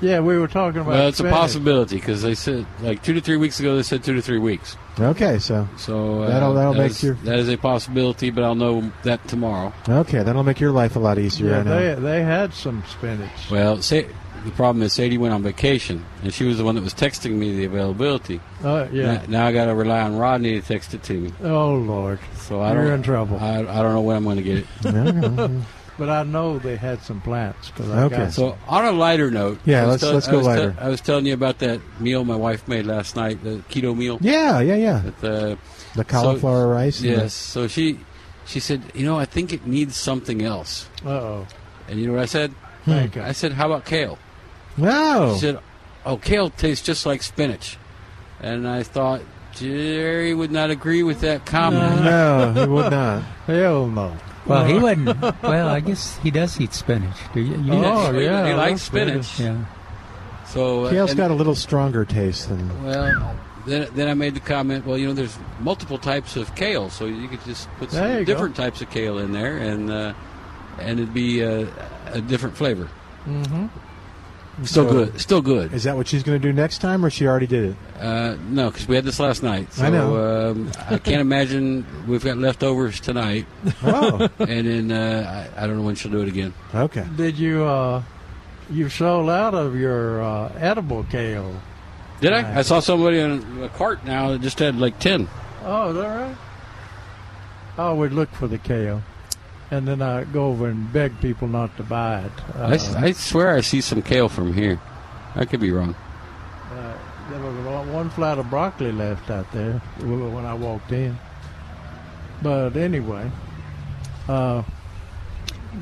yeah, we were talking about. Well, it's a spinach. possibility because they said like two to three weeks ago. They said two to three weeks. Okay, so So uh, That'll- that'll that make is- your- that is a possibility, but I'll know that tomorrow. okay, that'll make your life a lot easier. Yeah, I know. they they had some spinach. Well, Sa- the problem is Sadie went on vacation, and she was the one that was texting me the availability. Oh, yeah. Now, now I got to rely on Rodney to text it to me. Oh Lord, So I you're don't- in trouble. I, I don't know when I'm going to get it. *laughs* but I know they had some plants because I got So on a lighter note, Yeah, I was let's- let's I go was lighter. I was telling you about that meal my wife made last night, the keto meal. Yeah, yeah, yeah. With, uh, The cauliflower so- rice and the- Yes. So she she said, you know, I think it needs something else. oh. And you know what I said? Hmm. Thank I said, how about kale? No. She said, "Oh, kale tastes just like spinach," and I thought Jerry would not agree with that comment. No, he would not. Hell no. Um, Well, he wouldn't. Well, I guess he does eat spinach. Do you? you Oh, *laughs* He- yeah, he likes that's good. spinach. Yeah. So uh, Kale's and- got a little stronger taste than. well. Then, then I made the comment. Well, you know, there's multiple types of kale, so you could just put There you some go. different types of kale in there, and uh, and it'd be uh, a different flavor. Mm-hmm. Still good. Still good. Is that what she's going to do next time, or she already did it? Uh, no, because we had this last night. So, I know. Um, I can't imagine we've got leftovers tonight. Oh. and then uh, I, I don't know when she'll do it again. Okay. Did you uh, you sold out of your uh, edible kale? Did I? I saw somebody on a cart now that just had like 10. Oh, is that right? I always look for the kale, and then I go over and beg people not to buy it. Uh, I, s- I swear I see some kale from here. I could be wrong. uh, there was one- one flat of broccoli left out there when I walked in. But anyway, uh,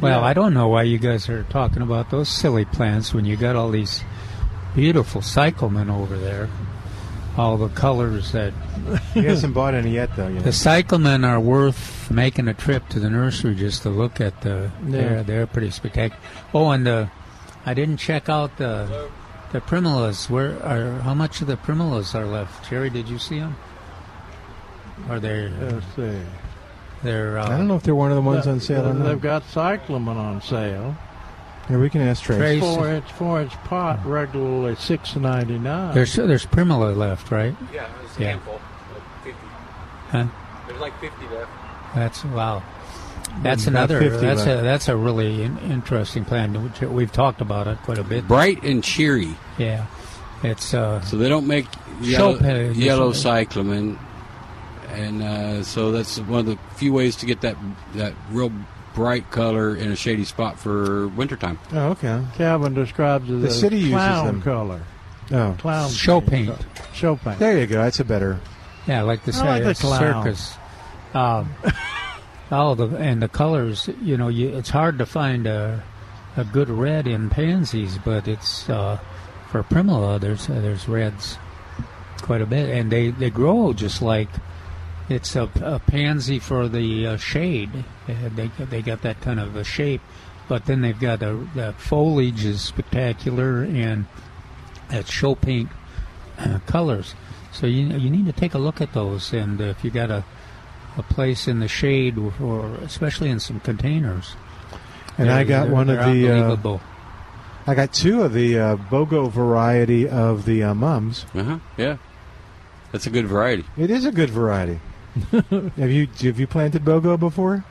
Well, yeah. I don't know why you guys are talking about those silly plants when you got all these beautiful cyclamen over there. All the colors that *laughs* He hasn't bought any yet, though. You know. the cyclamen are worth making a trip to the nursery just to look at the. Yeah. They're they're pretty spectacular. Oh, and the I didn't check out the the primulas. Where are how much of the primulas are left? Jerry, did you see them? Are they? Let's see. They're. Uh, I don't know if they're one of the ones on sale or They've not. got cyclamen on sale. Here, we can ask Trace. Four inch, four inch pot, regularly six ninety nine. There's there's primula left, right? yeah. Huh? There's like 50 left. That's wow. That's About another. 50 That's left. a that's a really in, interesting plan. which We've talked about it quite a bit. Bright and cheery. Yeah, it's uh, So they don't make yellow, Chopin, yellow isn't cyclamen. And uh, so that's one of the few ways to get that that real bright color in a shady spot for wintertime. Oh, okay. Calvin describes it The as city uses clown them. color. Oh. Clown show paint. paint. Show paint. There you go. That's a better. Yeah, like the, I like the circus. clown. circus. *laughs* Um, oh, the and the colors. You know, you, it's hard to find a a good red in pansies, but it's uh, for primula. There's there's reds quite a bit, and they they grow just like it's a, a pansy for the uh, shade. Uh, They they got that kind of a shape, but then they've got a the foliage is spectacular and that show paint uh, colors. So you you need to take a look at those, and uh, if you got a a place in the shade, or, or especially in some containers. And I they're- got they're- one of they're the, uh, unbelievable. I got two of the uh, BOGO variety of the uh, mums. Uh-huh. Yeah. That's a good variety. It is a good variety. have you have you planted BOGO before?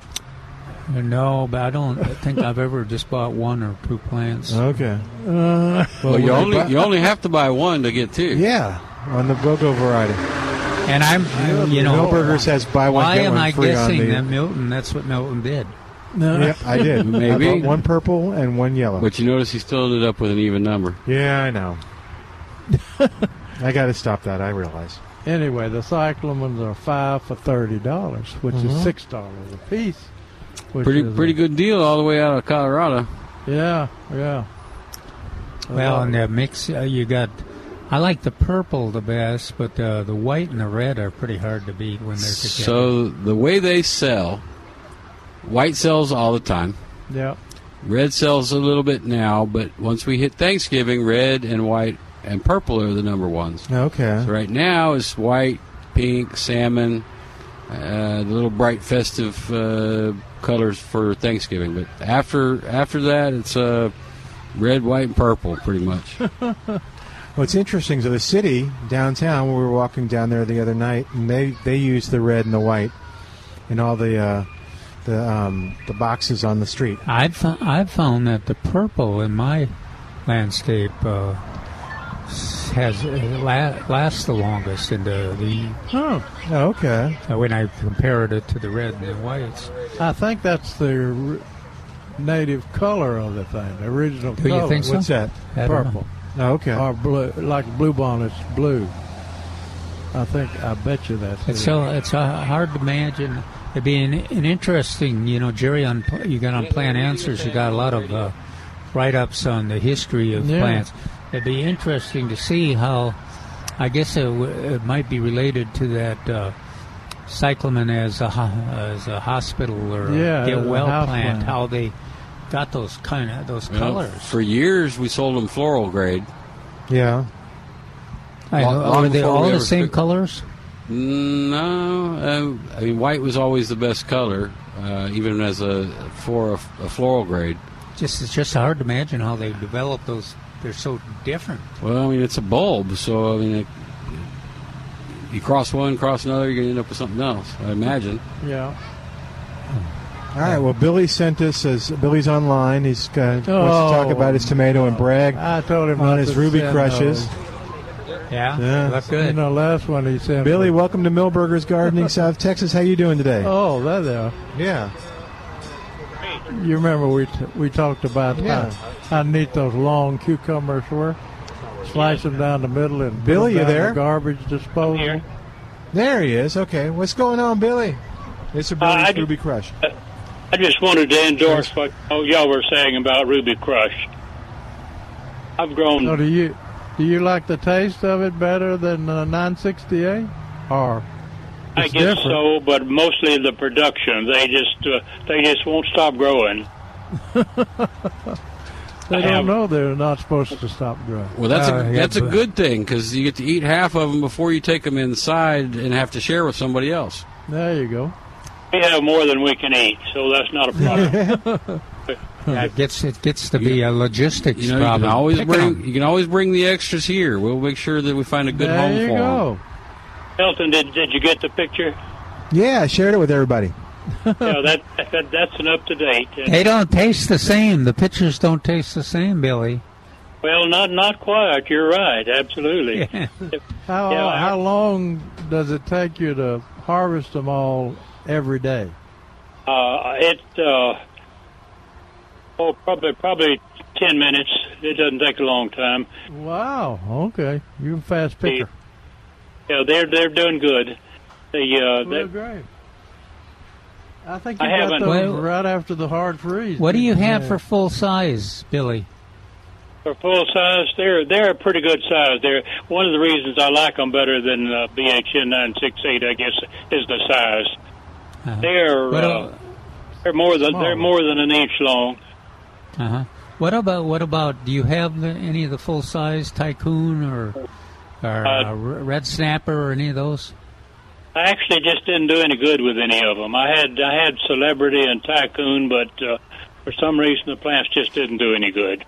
no, but I don't think I've ever *laughs* just bought one or two plants. Okay. Uh, Well, you only you only have to buy one to get two. Yeah, on the BOGO variety. and I'm you know Milburger says buy one, Why get am one I free on guessing the- that Milton? That's what Milton did. Yeah, I *laughs* did. Maybe. I bought one purple and one yellow. But you notice he still ended up with an even number. Yeah, I know. I got to stop that. I realize. Anyway, the cyclamens are five for thirty dollars, which Mhm. is six dollars a piece. Which pretty is a- pretty good deal all the way out of Colorado. Yeah, yeah. Well, Uh, and the mix uh, you got. I like the purple the best, but uh, the white and the red are pretty hard to beat when they're together. So the way they sell, white sells all the time. yeah. Red sells a little bit now, but once we hit Thanksgiving, red and white and purple are the number ones. Okay. So right now it's white, pink, salmon, uh, the little bright festive uh, colors for Thanksgiving. But after after that, it's uh, red, white, and purple, pretty much. What's interesting, so the city downtown, we were walking down there the other night, and they they use the red and the white in all the uh, the um, the boxes on the street. I've fo- I've found that the purple in my landscape uh, s- has uh, la- lasts the longest, and the, the okay. when I compared it to the red and the whites. I think that's the r- native color of the thing, the original Do you color. think so? What's that? I don't know. Purple. Oh, okay. Or blue, like blue bonnet's blue. I think I bet you that's It's it. so it's uh, hard to imagine. It'd be an, an interesting, you know, Jerry. On Pl- you got on plant answers. You got a lot of uh, write-ups on the history of Yeah. plants. It'd be interesting to see how. I guess it, w- it might be related to that uh, cyclamen as a ho- as a hospital or a Yeah, get as a well house plant, plant. How they got those kind of those You know, colors. for years, we sold them floral grade. Yeah. I- Long- long are they before we all the ever same took- colors? No, uh, I mean white was always the best color, uh, even as a for a, a floral grade. Just it's just hard to imagine how they developed those. They're so different. Well, I mean it's a bulb, so I mean it, you cross one, cross another, you're gonna end up with something else. I imagine. Yeah. All right. Well, Billy sent us as Billy's online. He's got, wants to talk Oh, about his tomato and brag I told him on not his to Ruby send crushes. Yeah, Yeah. that's good. You know, last one he sent. Billy, welcome to Millburgers *laughs* Gardening, South Texas. How you doing today? Oh, there they are. Yeah. You remember we t- we talked about uh, Yeah. how, how neat those long cucumbers were. Slice them down the middle and put Billy, you them down the there? garbage disposal. There he is. Okay. What's going on, Billy? It's a Uh, I Billy's ju- Ruby Crush. oh. I just wanted to endorse what oh, y'all were saying about Ruby Crush. I've grown. So Oh, do you do you like the taste of it better than the 968? Or I it's guess different. so, but mostly the production. They just uh, they just won't stop growing. They I don't have- know they're not supposed to stop growing. Well, that's Uh, a, that's a good thing because you get to eat half of them before you take them inside and have to share with somebody else. There you go. We have more than we can eat, so that's not a problem. *laughs* Yeah, it gets it gets to be a logistics You know, you problem. can always Pick bring 'em. you can always bring the extras here. We'll make sure that we find a good There home you for 'em. go. Elton, did did you get the picture? Yeah, I shared it with everybody. yeah, that, that that's an up to date. They don't taste the same. The pictures don't taste the same, Billy. Well, not not quite. You're right. *laughs* Absolutely. Oh, How Yeah, I- how long does it take you to harvest them all every day? Uh, it uh, oh probably probably ten minutes. It doesn't take a long time. Wow. Okay. You a fast The- picker. yeah, they're they're doing good. The uh, Well, they- great. I think you I got haven't- those Well- right after the hard freeze. What do you didn't have for full size, Billy? for full size, they're they're a pretty good size. They're one of the reasons I like them better than uh, BHN nine six eight. I guess is the size. They're What uh, they're more than they're more than an inch long. Uh huh. What about what about? Do you have the, any of the full size tycoon or or Uh, uh, r- red snapper or any of those? I actually just didn't do any good with any of them. I had I had celebrity and tycoon, but uh, for some reason the plants just didn't do any good.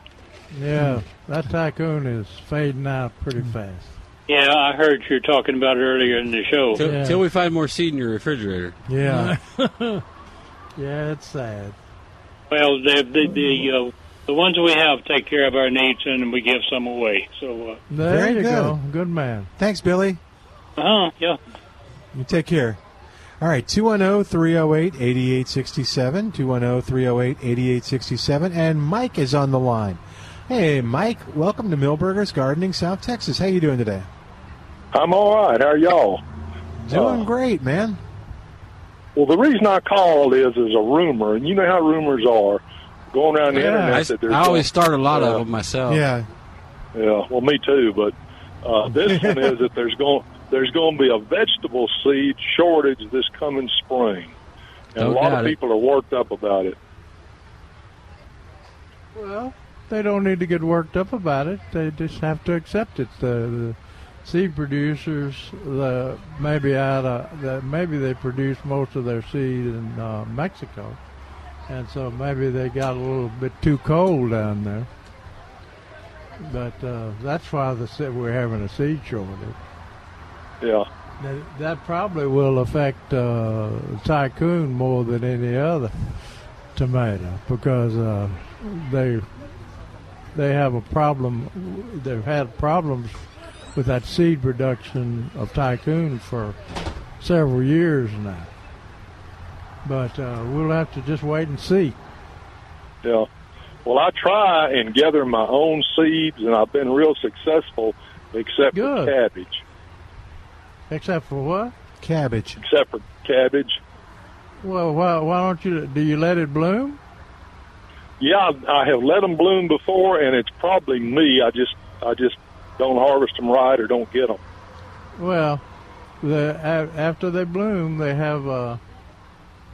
you? Yeah, that tycoon is fading out pretty fast. Yeah, I heard you talking about it earlier in the show. Till, till we find more seed in your refrigerator. Yeah. *laughs* yeah, it's sad. Well, the the the, uh, the ones we have take care of our needs, and we give some away. So, uh, There Very you good. go. Good man. Thanks, Billy. uh yeah. You take care. All right, oh, 210 308 8867. 210 308 8867. And Mike is on the line. Hey, Mike, welcome to Millburgers Gardening, South Texas. How you doing today? I'm all right. How are y'all? Uh, Doing great, man. Well, the reason I called is is a rumor, and you know how rumors are going around the Yeah. internet. I, that there's I always going- start a lot uh, of them myself. yeah. Well, me too. But uh, this *laughs* one is that there's going there's going to be a vegetable seed shortage this coming spring, and Don't a lot doubt of it. people are worked up about it. Well, they don't need to get worked up about it. They just have to accept it. The, the seed producers, the maybe out of the, maybe they produce most of their seed in uh, Mexico, and so maybe they got a little bit too cold down there. But uh, that's why the se- we're having a seed shortage. Yeah. That, that probably will affect uh, Tycoon more than any other tomato because uh, they they have a problem. They've had problems with that seed production of Tycoon for several years now. But uh, we'll have to just wait and see. Yeah. Well, I try and gather my own seeds, and I've been real successful, except for cabbage. Except for what? Cabbage. Except for cabbage. Well, why, why don't you? Do you let it bloom? Yeah, I have let them bloom before, and it's probably me. I just, I just don't harvest them right or don't get them. Well, the, a- after they bloom, they have uh,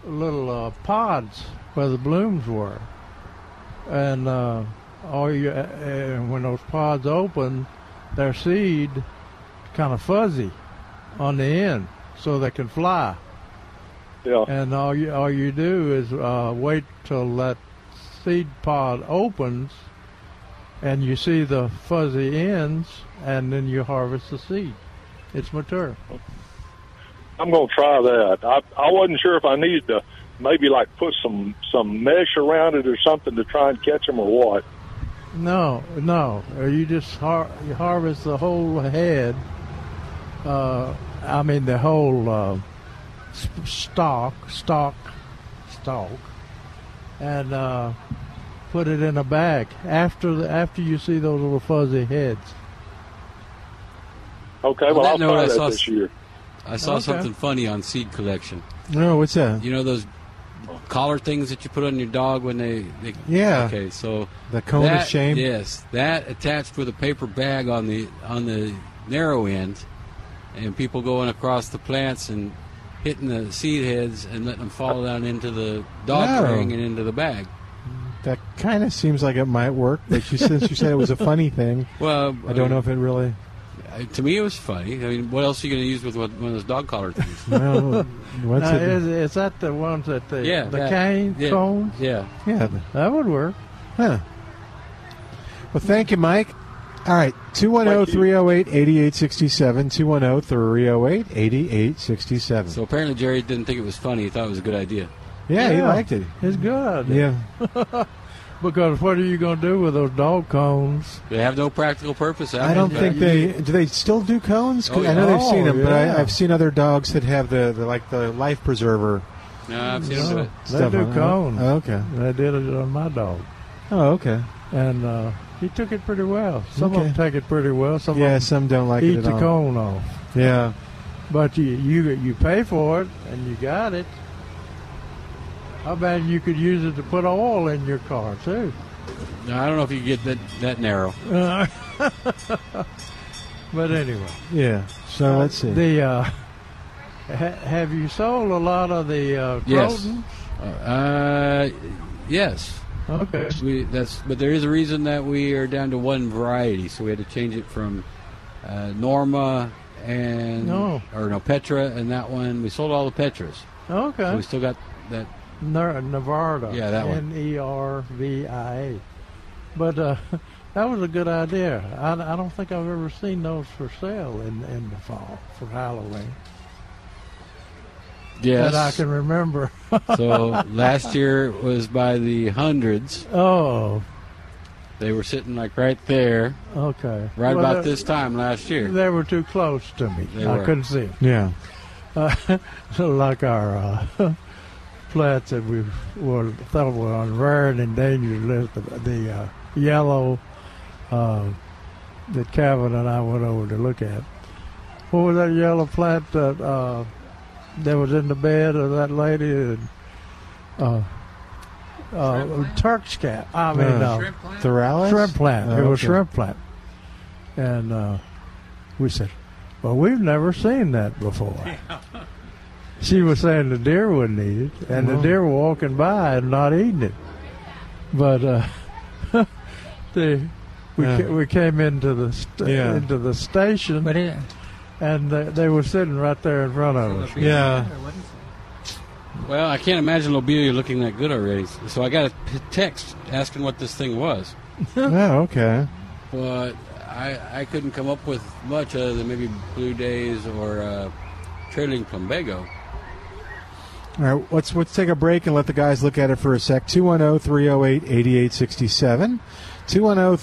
little uh, pods where the blooms were, and uh, all you and when those pods open, their seed kind of fuzzy on the end, so they can fly. Yeah. And all you all you do is uh, wait till that seed pod opens, and you see the fuzzy ends, and then you harvest the seed. It's mature. Oh. I'm going to try that. I, I wasn't sure if I needed to maybe like put some some mesh around it or something to try and catch them or what. No, no. Uh, You just har- you harvest the whole head. Uh, I mean the whole uh, sp- stalk, stalk, stalk, and uh, put it in a bag after the, after you see those little fuzzy heads. Okay, On well that I'll note, try I that saw this s- year. I saw Okay. something funny on seed collection. No, what's that? You know those collar things that you put on your dog when they, they Yeah. Okay, so The cone of that- shame? Yes, that attached with a paper bag on the on the narrow end, and people going across the plants and hitting the seed heads and letting them fall down into the dog No. ring and into the bag. That kind of seems like it might work, but you, since you said it was a funny thing, Well, I don't know if it really. Uh, To me, it was funny. I mean, what else are you going to use with one one of those dog collar things? *laughs* Well, what's now, it? is, is that the ones that the yeah, the that- cane yeah, cones? Yeah. Yeah, the- That would work. Huh. Well, thank you, Mike. All right, oh, 210 308 8867. 210 308 8867. So apparently, Jerry didn't think it was funny. He thought it was a good idea. Yeah, he liked it. It's good. Yeah. *laughs* because what are you going to do with those dog cones? They have no practical purpose. Uh, I don't think they do. They still do cones. Oh, 'Cause I know they've seen them, but I, I've seen other dogs that have the, the like the life preserver. No, I've seen them do it. Oh, They Stuff do on it. cones. Oh, okay. They did it on my dog. Oh, okay. And uh, he took it pretty well. Some of them take it pretty well. Some Yeah, of them some don't like it eat at the all. cone off. Yeah. But you, you you pay for it and you got it. I bet you could use it to put oil in your car too. No, I don't know if you get that that narrow. Uh, *laughs* but anyway, *laughs* Yeah. So let's see. the uh, ha- have you sold a lot of the uh, Yes. Croton? Uh, yes. Okay. We, that's but there is a reason that we are down to one variety, so we had to change it from uh, Norma and No. or no Petra and that one. We sold all the Petras. So we Okay. still got that. Ner- Nevarda. Yeah, that one. N E R V I A. But uh, *laughs* that was a good idea. I, I don't think I've ever seen those for sale in, in the fall for Halloween. Yes. That I can remember. so *laughs* last year was by the hundreds. Oh. They were sitting like right there, Okay. right Well, about they- this time last year. They were too close to me. They I were. couldn't see them. Yeah. Uh, *laughs* like our uh, *laughs* plants that we were, thought were on rare and endangered list, the, the uh, yellow uh, that Calvin and I went over to look at. What was that yellow plant that uh, that was in the bed of that lady and uh, uh, Turk's cat. I mean, Uh, uh, Shrimp plant? Thorales? Shrimp plant. Oh, it was okay. shrimp plant, and uh, we said, "Well, we've never seen that before." She was saying the deer wouldn't eat it, and the Wow. deer were walking by and not eating it. But uh, *laughs* the we Yeah. ca- we came into the st- Yeah. into the station, and they, they were sitting right there in front of us. Yeah. Well, I can't imagine Lobelia looking that good already. So I got a p- text asking what this thing was, oh, okay. but I, I couldn't come up with much other than maybe Blue Days or uh, Trailing Plumbago. All right, let's let's take a break and let the guys look at it for a sec. oh, 210-308-8867. oh,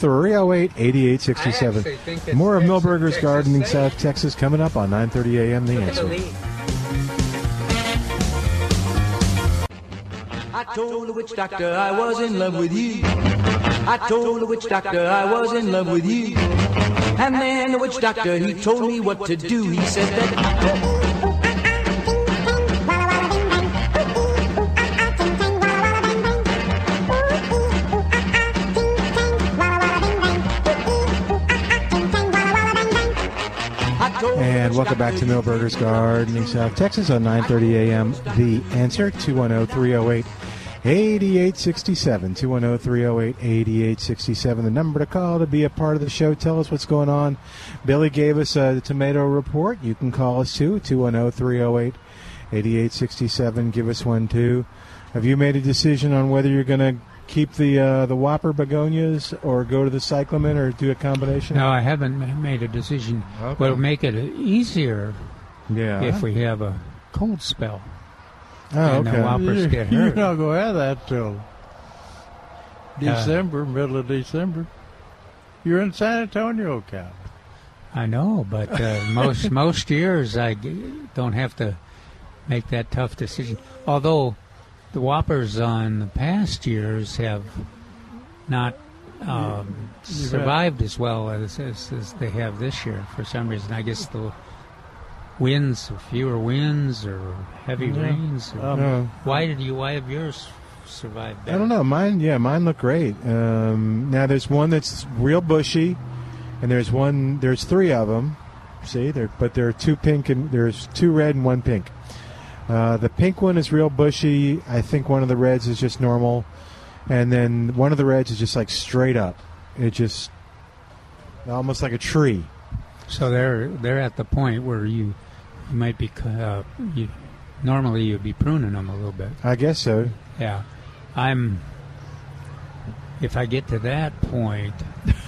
210-308-8867. More of Milburger's Gardening South Texas coming up on 9:30 a.m. The answer. I told the witch doctor I was in love with you. I told the witch doctor I was in love with you. And then the witch doctor he told me what to do. He said that. And welcome back to Milburger's Gardening South Texas on 9:30 a.m. The answer oh, 210-308 8867 210-308-8867 the number to call to be a part of the show tell us what's going on billy gave us uh, the tomato report you can call us too oh, 210-308-8867 give us one too have you made a decision on whether you're going to keep the uh, the whopper begonias or go to the cyclamen or do a combination No, I haven't ma- made a decision. Okay. But it'll make it easier Yeah. if we have a cold spell. Oh, and okay. the whoppers You- get You're hurt. not going to have that till December, middle of December. You're in San Antonio, Cal. I know, but uh, most most years I g- don't have to make that tough decision. Although the whoppers on the past years have not um, You- you bet. survived as well as, as, as they have this year for some reason. I guess the winds, fewer winds, or heavy Yeah. rains. Or, Um, Yeah. Why did you? Why have yours survived? I don't know. Mine, yeah, mine look great. Um, now there's one that's real bushy, and there's one. There's three of them. See, there, but there are two pink and there's two red and one pink. Uh, the pink one is real bushy. I think one of the reds is just normal, and then one of the reds is just like straight up. It just almost like a tree. So they're they're at the point where you you might be uh, you, normally you'd be pruning them a little bit. I guess so. Yeah, I'm. If I get to that point,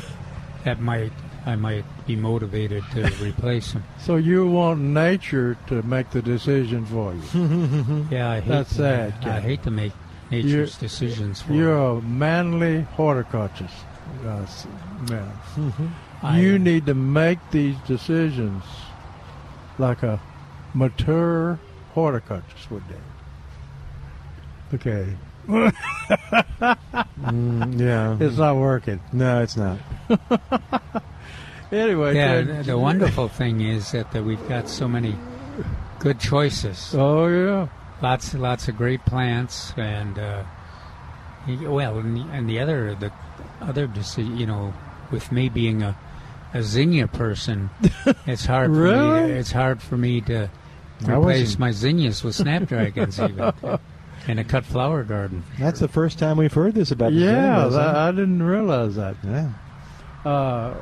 *laughs* that might I might be motivated to replace them. So you want nature to make the decision for you. *laughs* Yeah, I hate That's to, sad. I Cal. hate to make nature's You're- decisions for me. You're a manly horticulturist, uh, s- man. Mm-hmm. I- you need to make these decisions like a mature horticulturist would do. Okay. *laughs* Mm, yeah, It's not working. No, it's not. Anyway, Yeah, Ted- the, the wonderful thing is that, that we've got so many good choices. Oh yeah, lots lots of great plants, and uh, y- well, and the, and the other the other deci- you know, with me being a a zinnia *laughs* person, it's hard. For me Really? to, it's hard for me to I replace wasn't- my zinnias with snapdragons, even in a cut flower garden. That's the first time we've heard this about. the Yeah, Zinnias, that, huh? I didn't realize that. Yeah. Uh,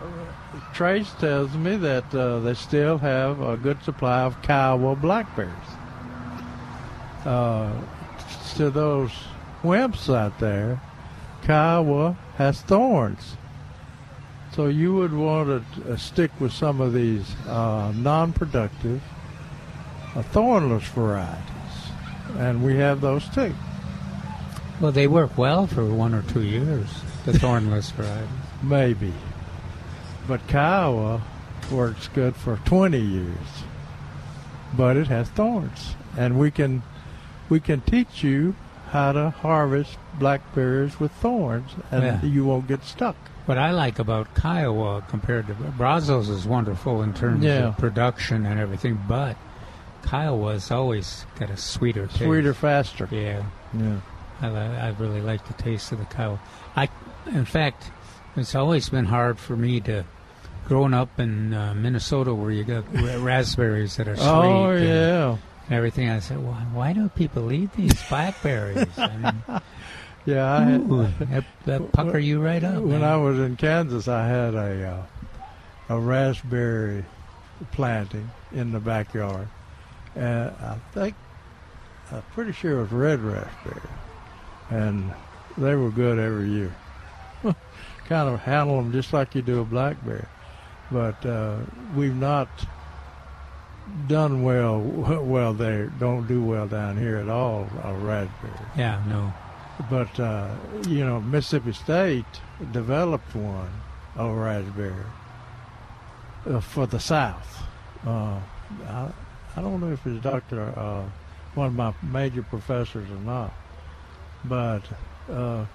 Trace tells me that uh, they still have a good supply of Kiowa blackberries. Uh, to those wimps out there, Kiowa has thorns. So you would want to uh, stick with some of these uh, non-productive, uh, thornless varieties, and we have those too. Well, they work well for one or two years. The *laughs* thornless variety. Maybe. But Kiowa works good for 20 years. But it has thorns. And we can we can teach you how to harvest blackberries with thorns and Yeah. you won't get stuck. What I like about Kiowa compared to Brazos is wonderful in terms Yeah. of production and everything, but Kyle was always got a sweeter, taste. Sweeter, faster. Yeah, Yeah. I, li- I really like the taste of the Kiowa. I, in fact, it's always been hard for me to, growing up in uh, Minnesota where you got ra- raspberries that are sweet. Oh, and- yeah. And everything. I said, why, why do people eat these blackberries? *laughs* I mean, *laughs* Yeah, I had, Ooh, that, *laughs* that pucker you right up. When man. I was in Kansas, I had a uh, a raspberry planting in the backyard, and I think I'm pretty sure it was red raspberry, and they were good every year. *laughs* kind of handle them just like you do a blackberry, but uh, we've not done well. *laughs* Well, they don't do well down here at all. A raspberry. Yeah, no. But uh, you know, Mississippi State developed one a raspberry uh, for the South. Uh, I, I don't know if it's Doctor uh, one of my major professors or not, but uh,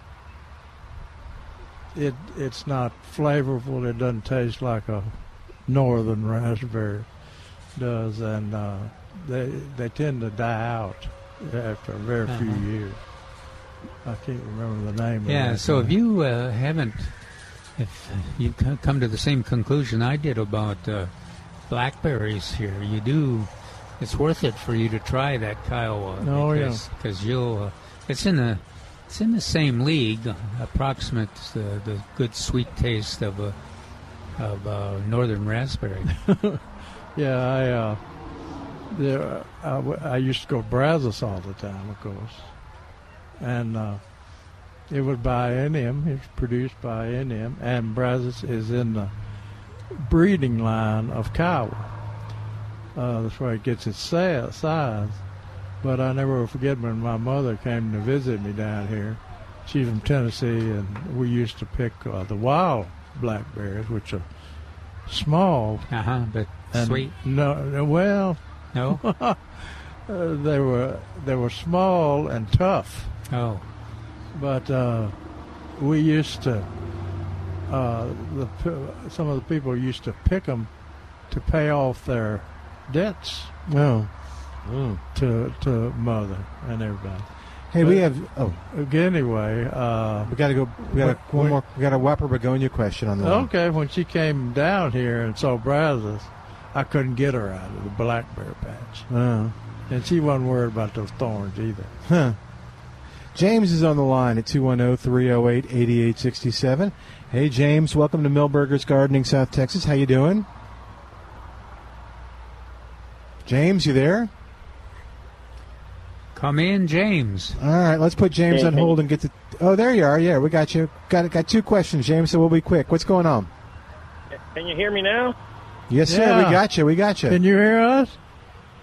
it it's not flavorful. It doesn't taste like a northern raspberry does, and uh, they they tend to die out after a very Uh-huh. few years. I can't remember the name. Yeah, Of so if you uh, haven't, if you c- come to the same conclusion I did about uh, blackberries here, you do. It's worth it for you to try that Kiowa. Oh, yeah. because you'll. Uh, it's in the it's in the same league, uh, approximate uh, the good sweet taste of a of uh, northern *laughs* raspberry. Yeah, I uh, there I, w- I used to go Brazos all the time, of course, and uh, it was by NM. It's produced by NM, and Brazos is in the breeding line of Kiowa. Uh, that's where it gets its sa- size. But I never will forget when my mother came to visit me down here. She's from Tennessee, and we used to pick uh, the wild blackberries, which are small. Uh huh. But and sweet. No, no, well, no. *laughs* uh, they were they were small and tough. Oh. But uh, we used to. Uh, the p- some of the people used to pick them to pay off their debts. No. Mm. To to mother and everybody. Hey, we have- Oh, anyway, uh, Oh, we got to go. We got a, one more. We got a Whopper begonia question on the line. Okay, when she came down here and saw Brazos, I couldn't get her out of the blackberry patch. Uh. Oh. And she wasn't worried about those thorns either. Huh. James is on the line at oh, 210-308-8867. Hey, James, welcome to Millburgers Gardening, South Texas. How you doing? James, you there? Come in, James. All right, let's put James on hold and get the. Oh, there you are. Yeah, we got you. Got got two questions, James. So we'll be quick. What's going on? Can you hear me now? Yes, sir. Yeah. We got you. We got you. Can you hear us?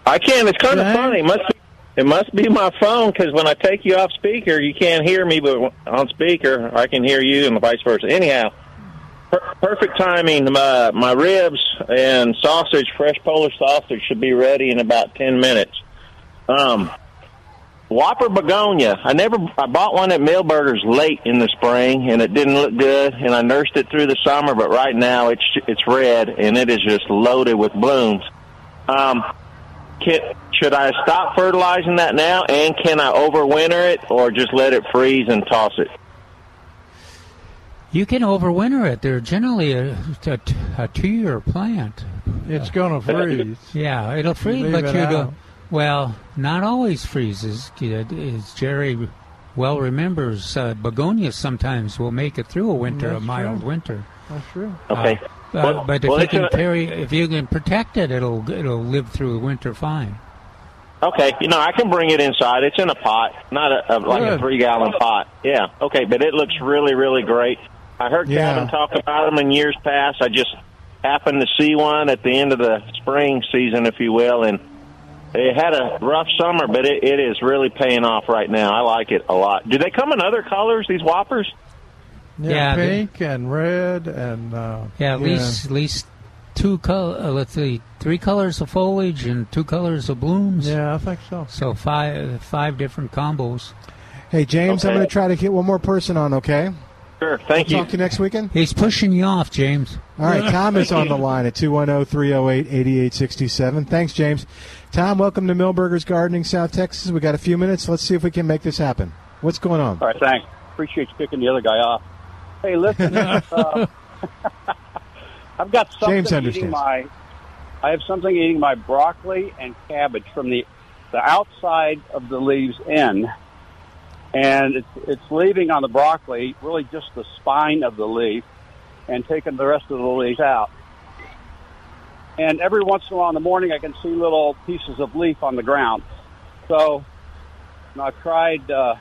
I can. It's kind of funny. It must be. It must be my phone because when I take you off speaker, you can't hear me, but on speaker, I can hear you, and vice versa. Anyhow, per- perfect timing. My my ribs and sausage, fresh Polish sausage, should be ready in about ten minutes. Um, Whopper begonia. I never. I bought one at Millburgers late in the spring, and it didn't look good. And I nursed it through the summer, but right now it's it's red, and it is just loaded with blooms. Um, can, should I stop fertilizing that now, and can I overwinter it, or just let it freeze and toss it? You can overwinter it. They're generally a, a, a two-year plant. *laughs* It's going to freeze. Yeah, it'll freeze, leave but it you out. go. Well, not always freezes. Kid, As Jerry Hmm. well remembers, uh, begonias sometimes will make it through a winter, a That's mild true. winter. That's true. Okay. Uh, Well- but if well, you it's can a- parry, if you can protect it, it'll it'll live through the winter fine. Okay, you know I can bring it inside. It's in a pot, not a, a like a Good. three gallon pot. Yeah. Okay, but it looks really, really great. I heard Yeah. Calvin talk about them in years past. I just happened to see one at the end of the spring season, if you will, and it had a rough summer, but it, it is really paying off right now. I like it a lot. Do they come in other colors? These whoppers? Yeah, Yeah, the- pink and red and uh, Yeah, at least at least two color. Uh, let's see, three colors of foliage and two colors of blooms. Yeah, I think so. So five five different combos. Hey, James, I'm Okay. going to try to get one more person on, okay? Sure. Thank we'll you. Talk to you next weekend. He's pushing you off, James. All right, Tom is on the line at oh, 210-308-8867. Thanks, James. Tom, welcome to Millburgers Gardening, South Texas. We got a few minutes. Let's see if we can make this happen. What's going on? All right, thanks. Appreciate you picking the other guy off. Hey, *laughs* listen, uh, *laughs* I've got something James eating understands. my. I have something eating my broccoli and cabbage from the the outside of the leaves in, and it's it's leaving on the broccoli, really just the spine of the leaf, and taking the rest of the leaves out. And every once in a while in the morning, I can see little pieces of leaf on the ground. So, you know, I've tried. Uh,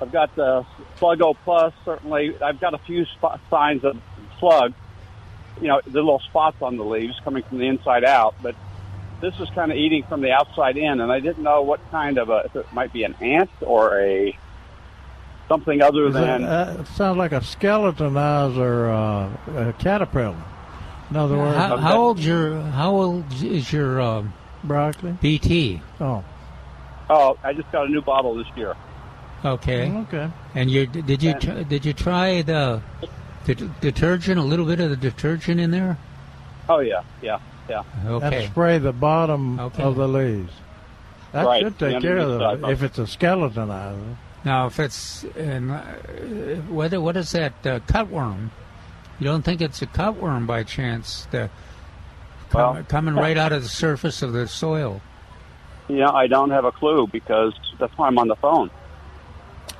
I've got the Sluggo Plus. Certainly, I've got a few spot signs of slug. You know, the little spots on the leaves coming from the inside out. But this is kind of eating from the outside in, and I didn't know what kind of a. If it might be an ant or a something other Is that- than. uh, sounds like a skeletonizer uh, a caterpillar. In other words, How, how old's your How old is your um, broccoli? BT? Oh, Oh, I just got a new bottle this year. okay. Mm, Okay. And you did you tr- did you try the, the detergent? A little bit of the detergent in there. Oh yeah, yeah, yeah. And spray the bottom of the leaves. That Right, should the take care underneath of it side. if it's a skeletonizer. Now, if it's and uh, whether what is that uh, cutworm? You don't think it's a cutworm by chance? The, com- coming right out of the surface of the soil. Yeah, I don't have a clue because that's why I'm on the phone.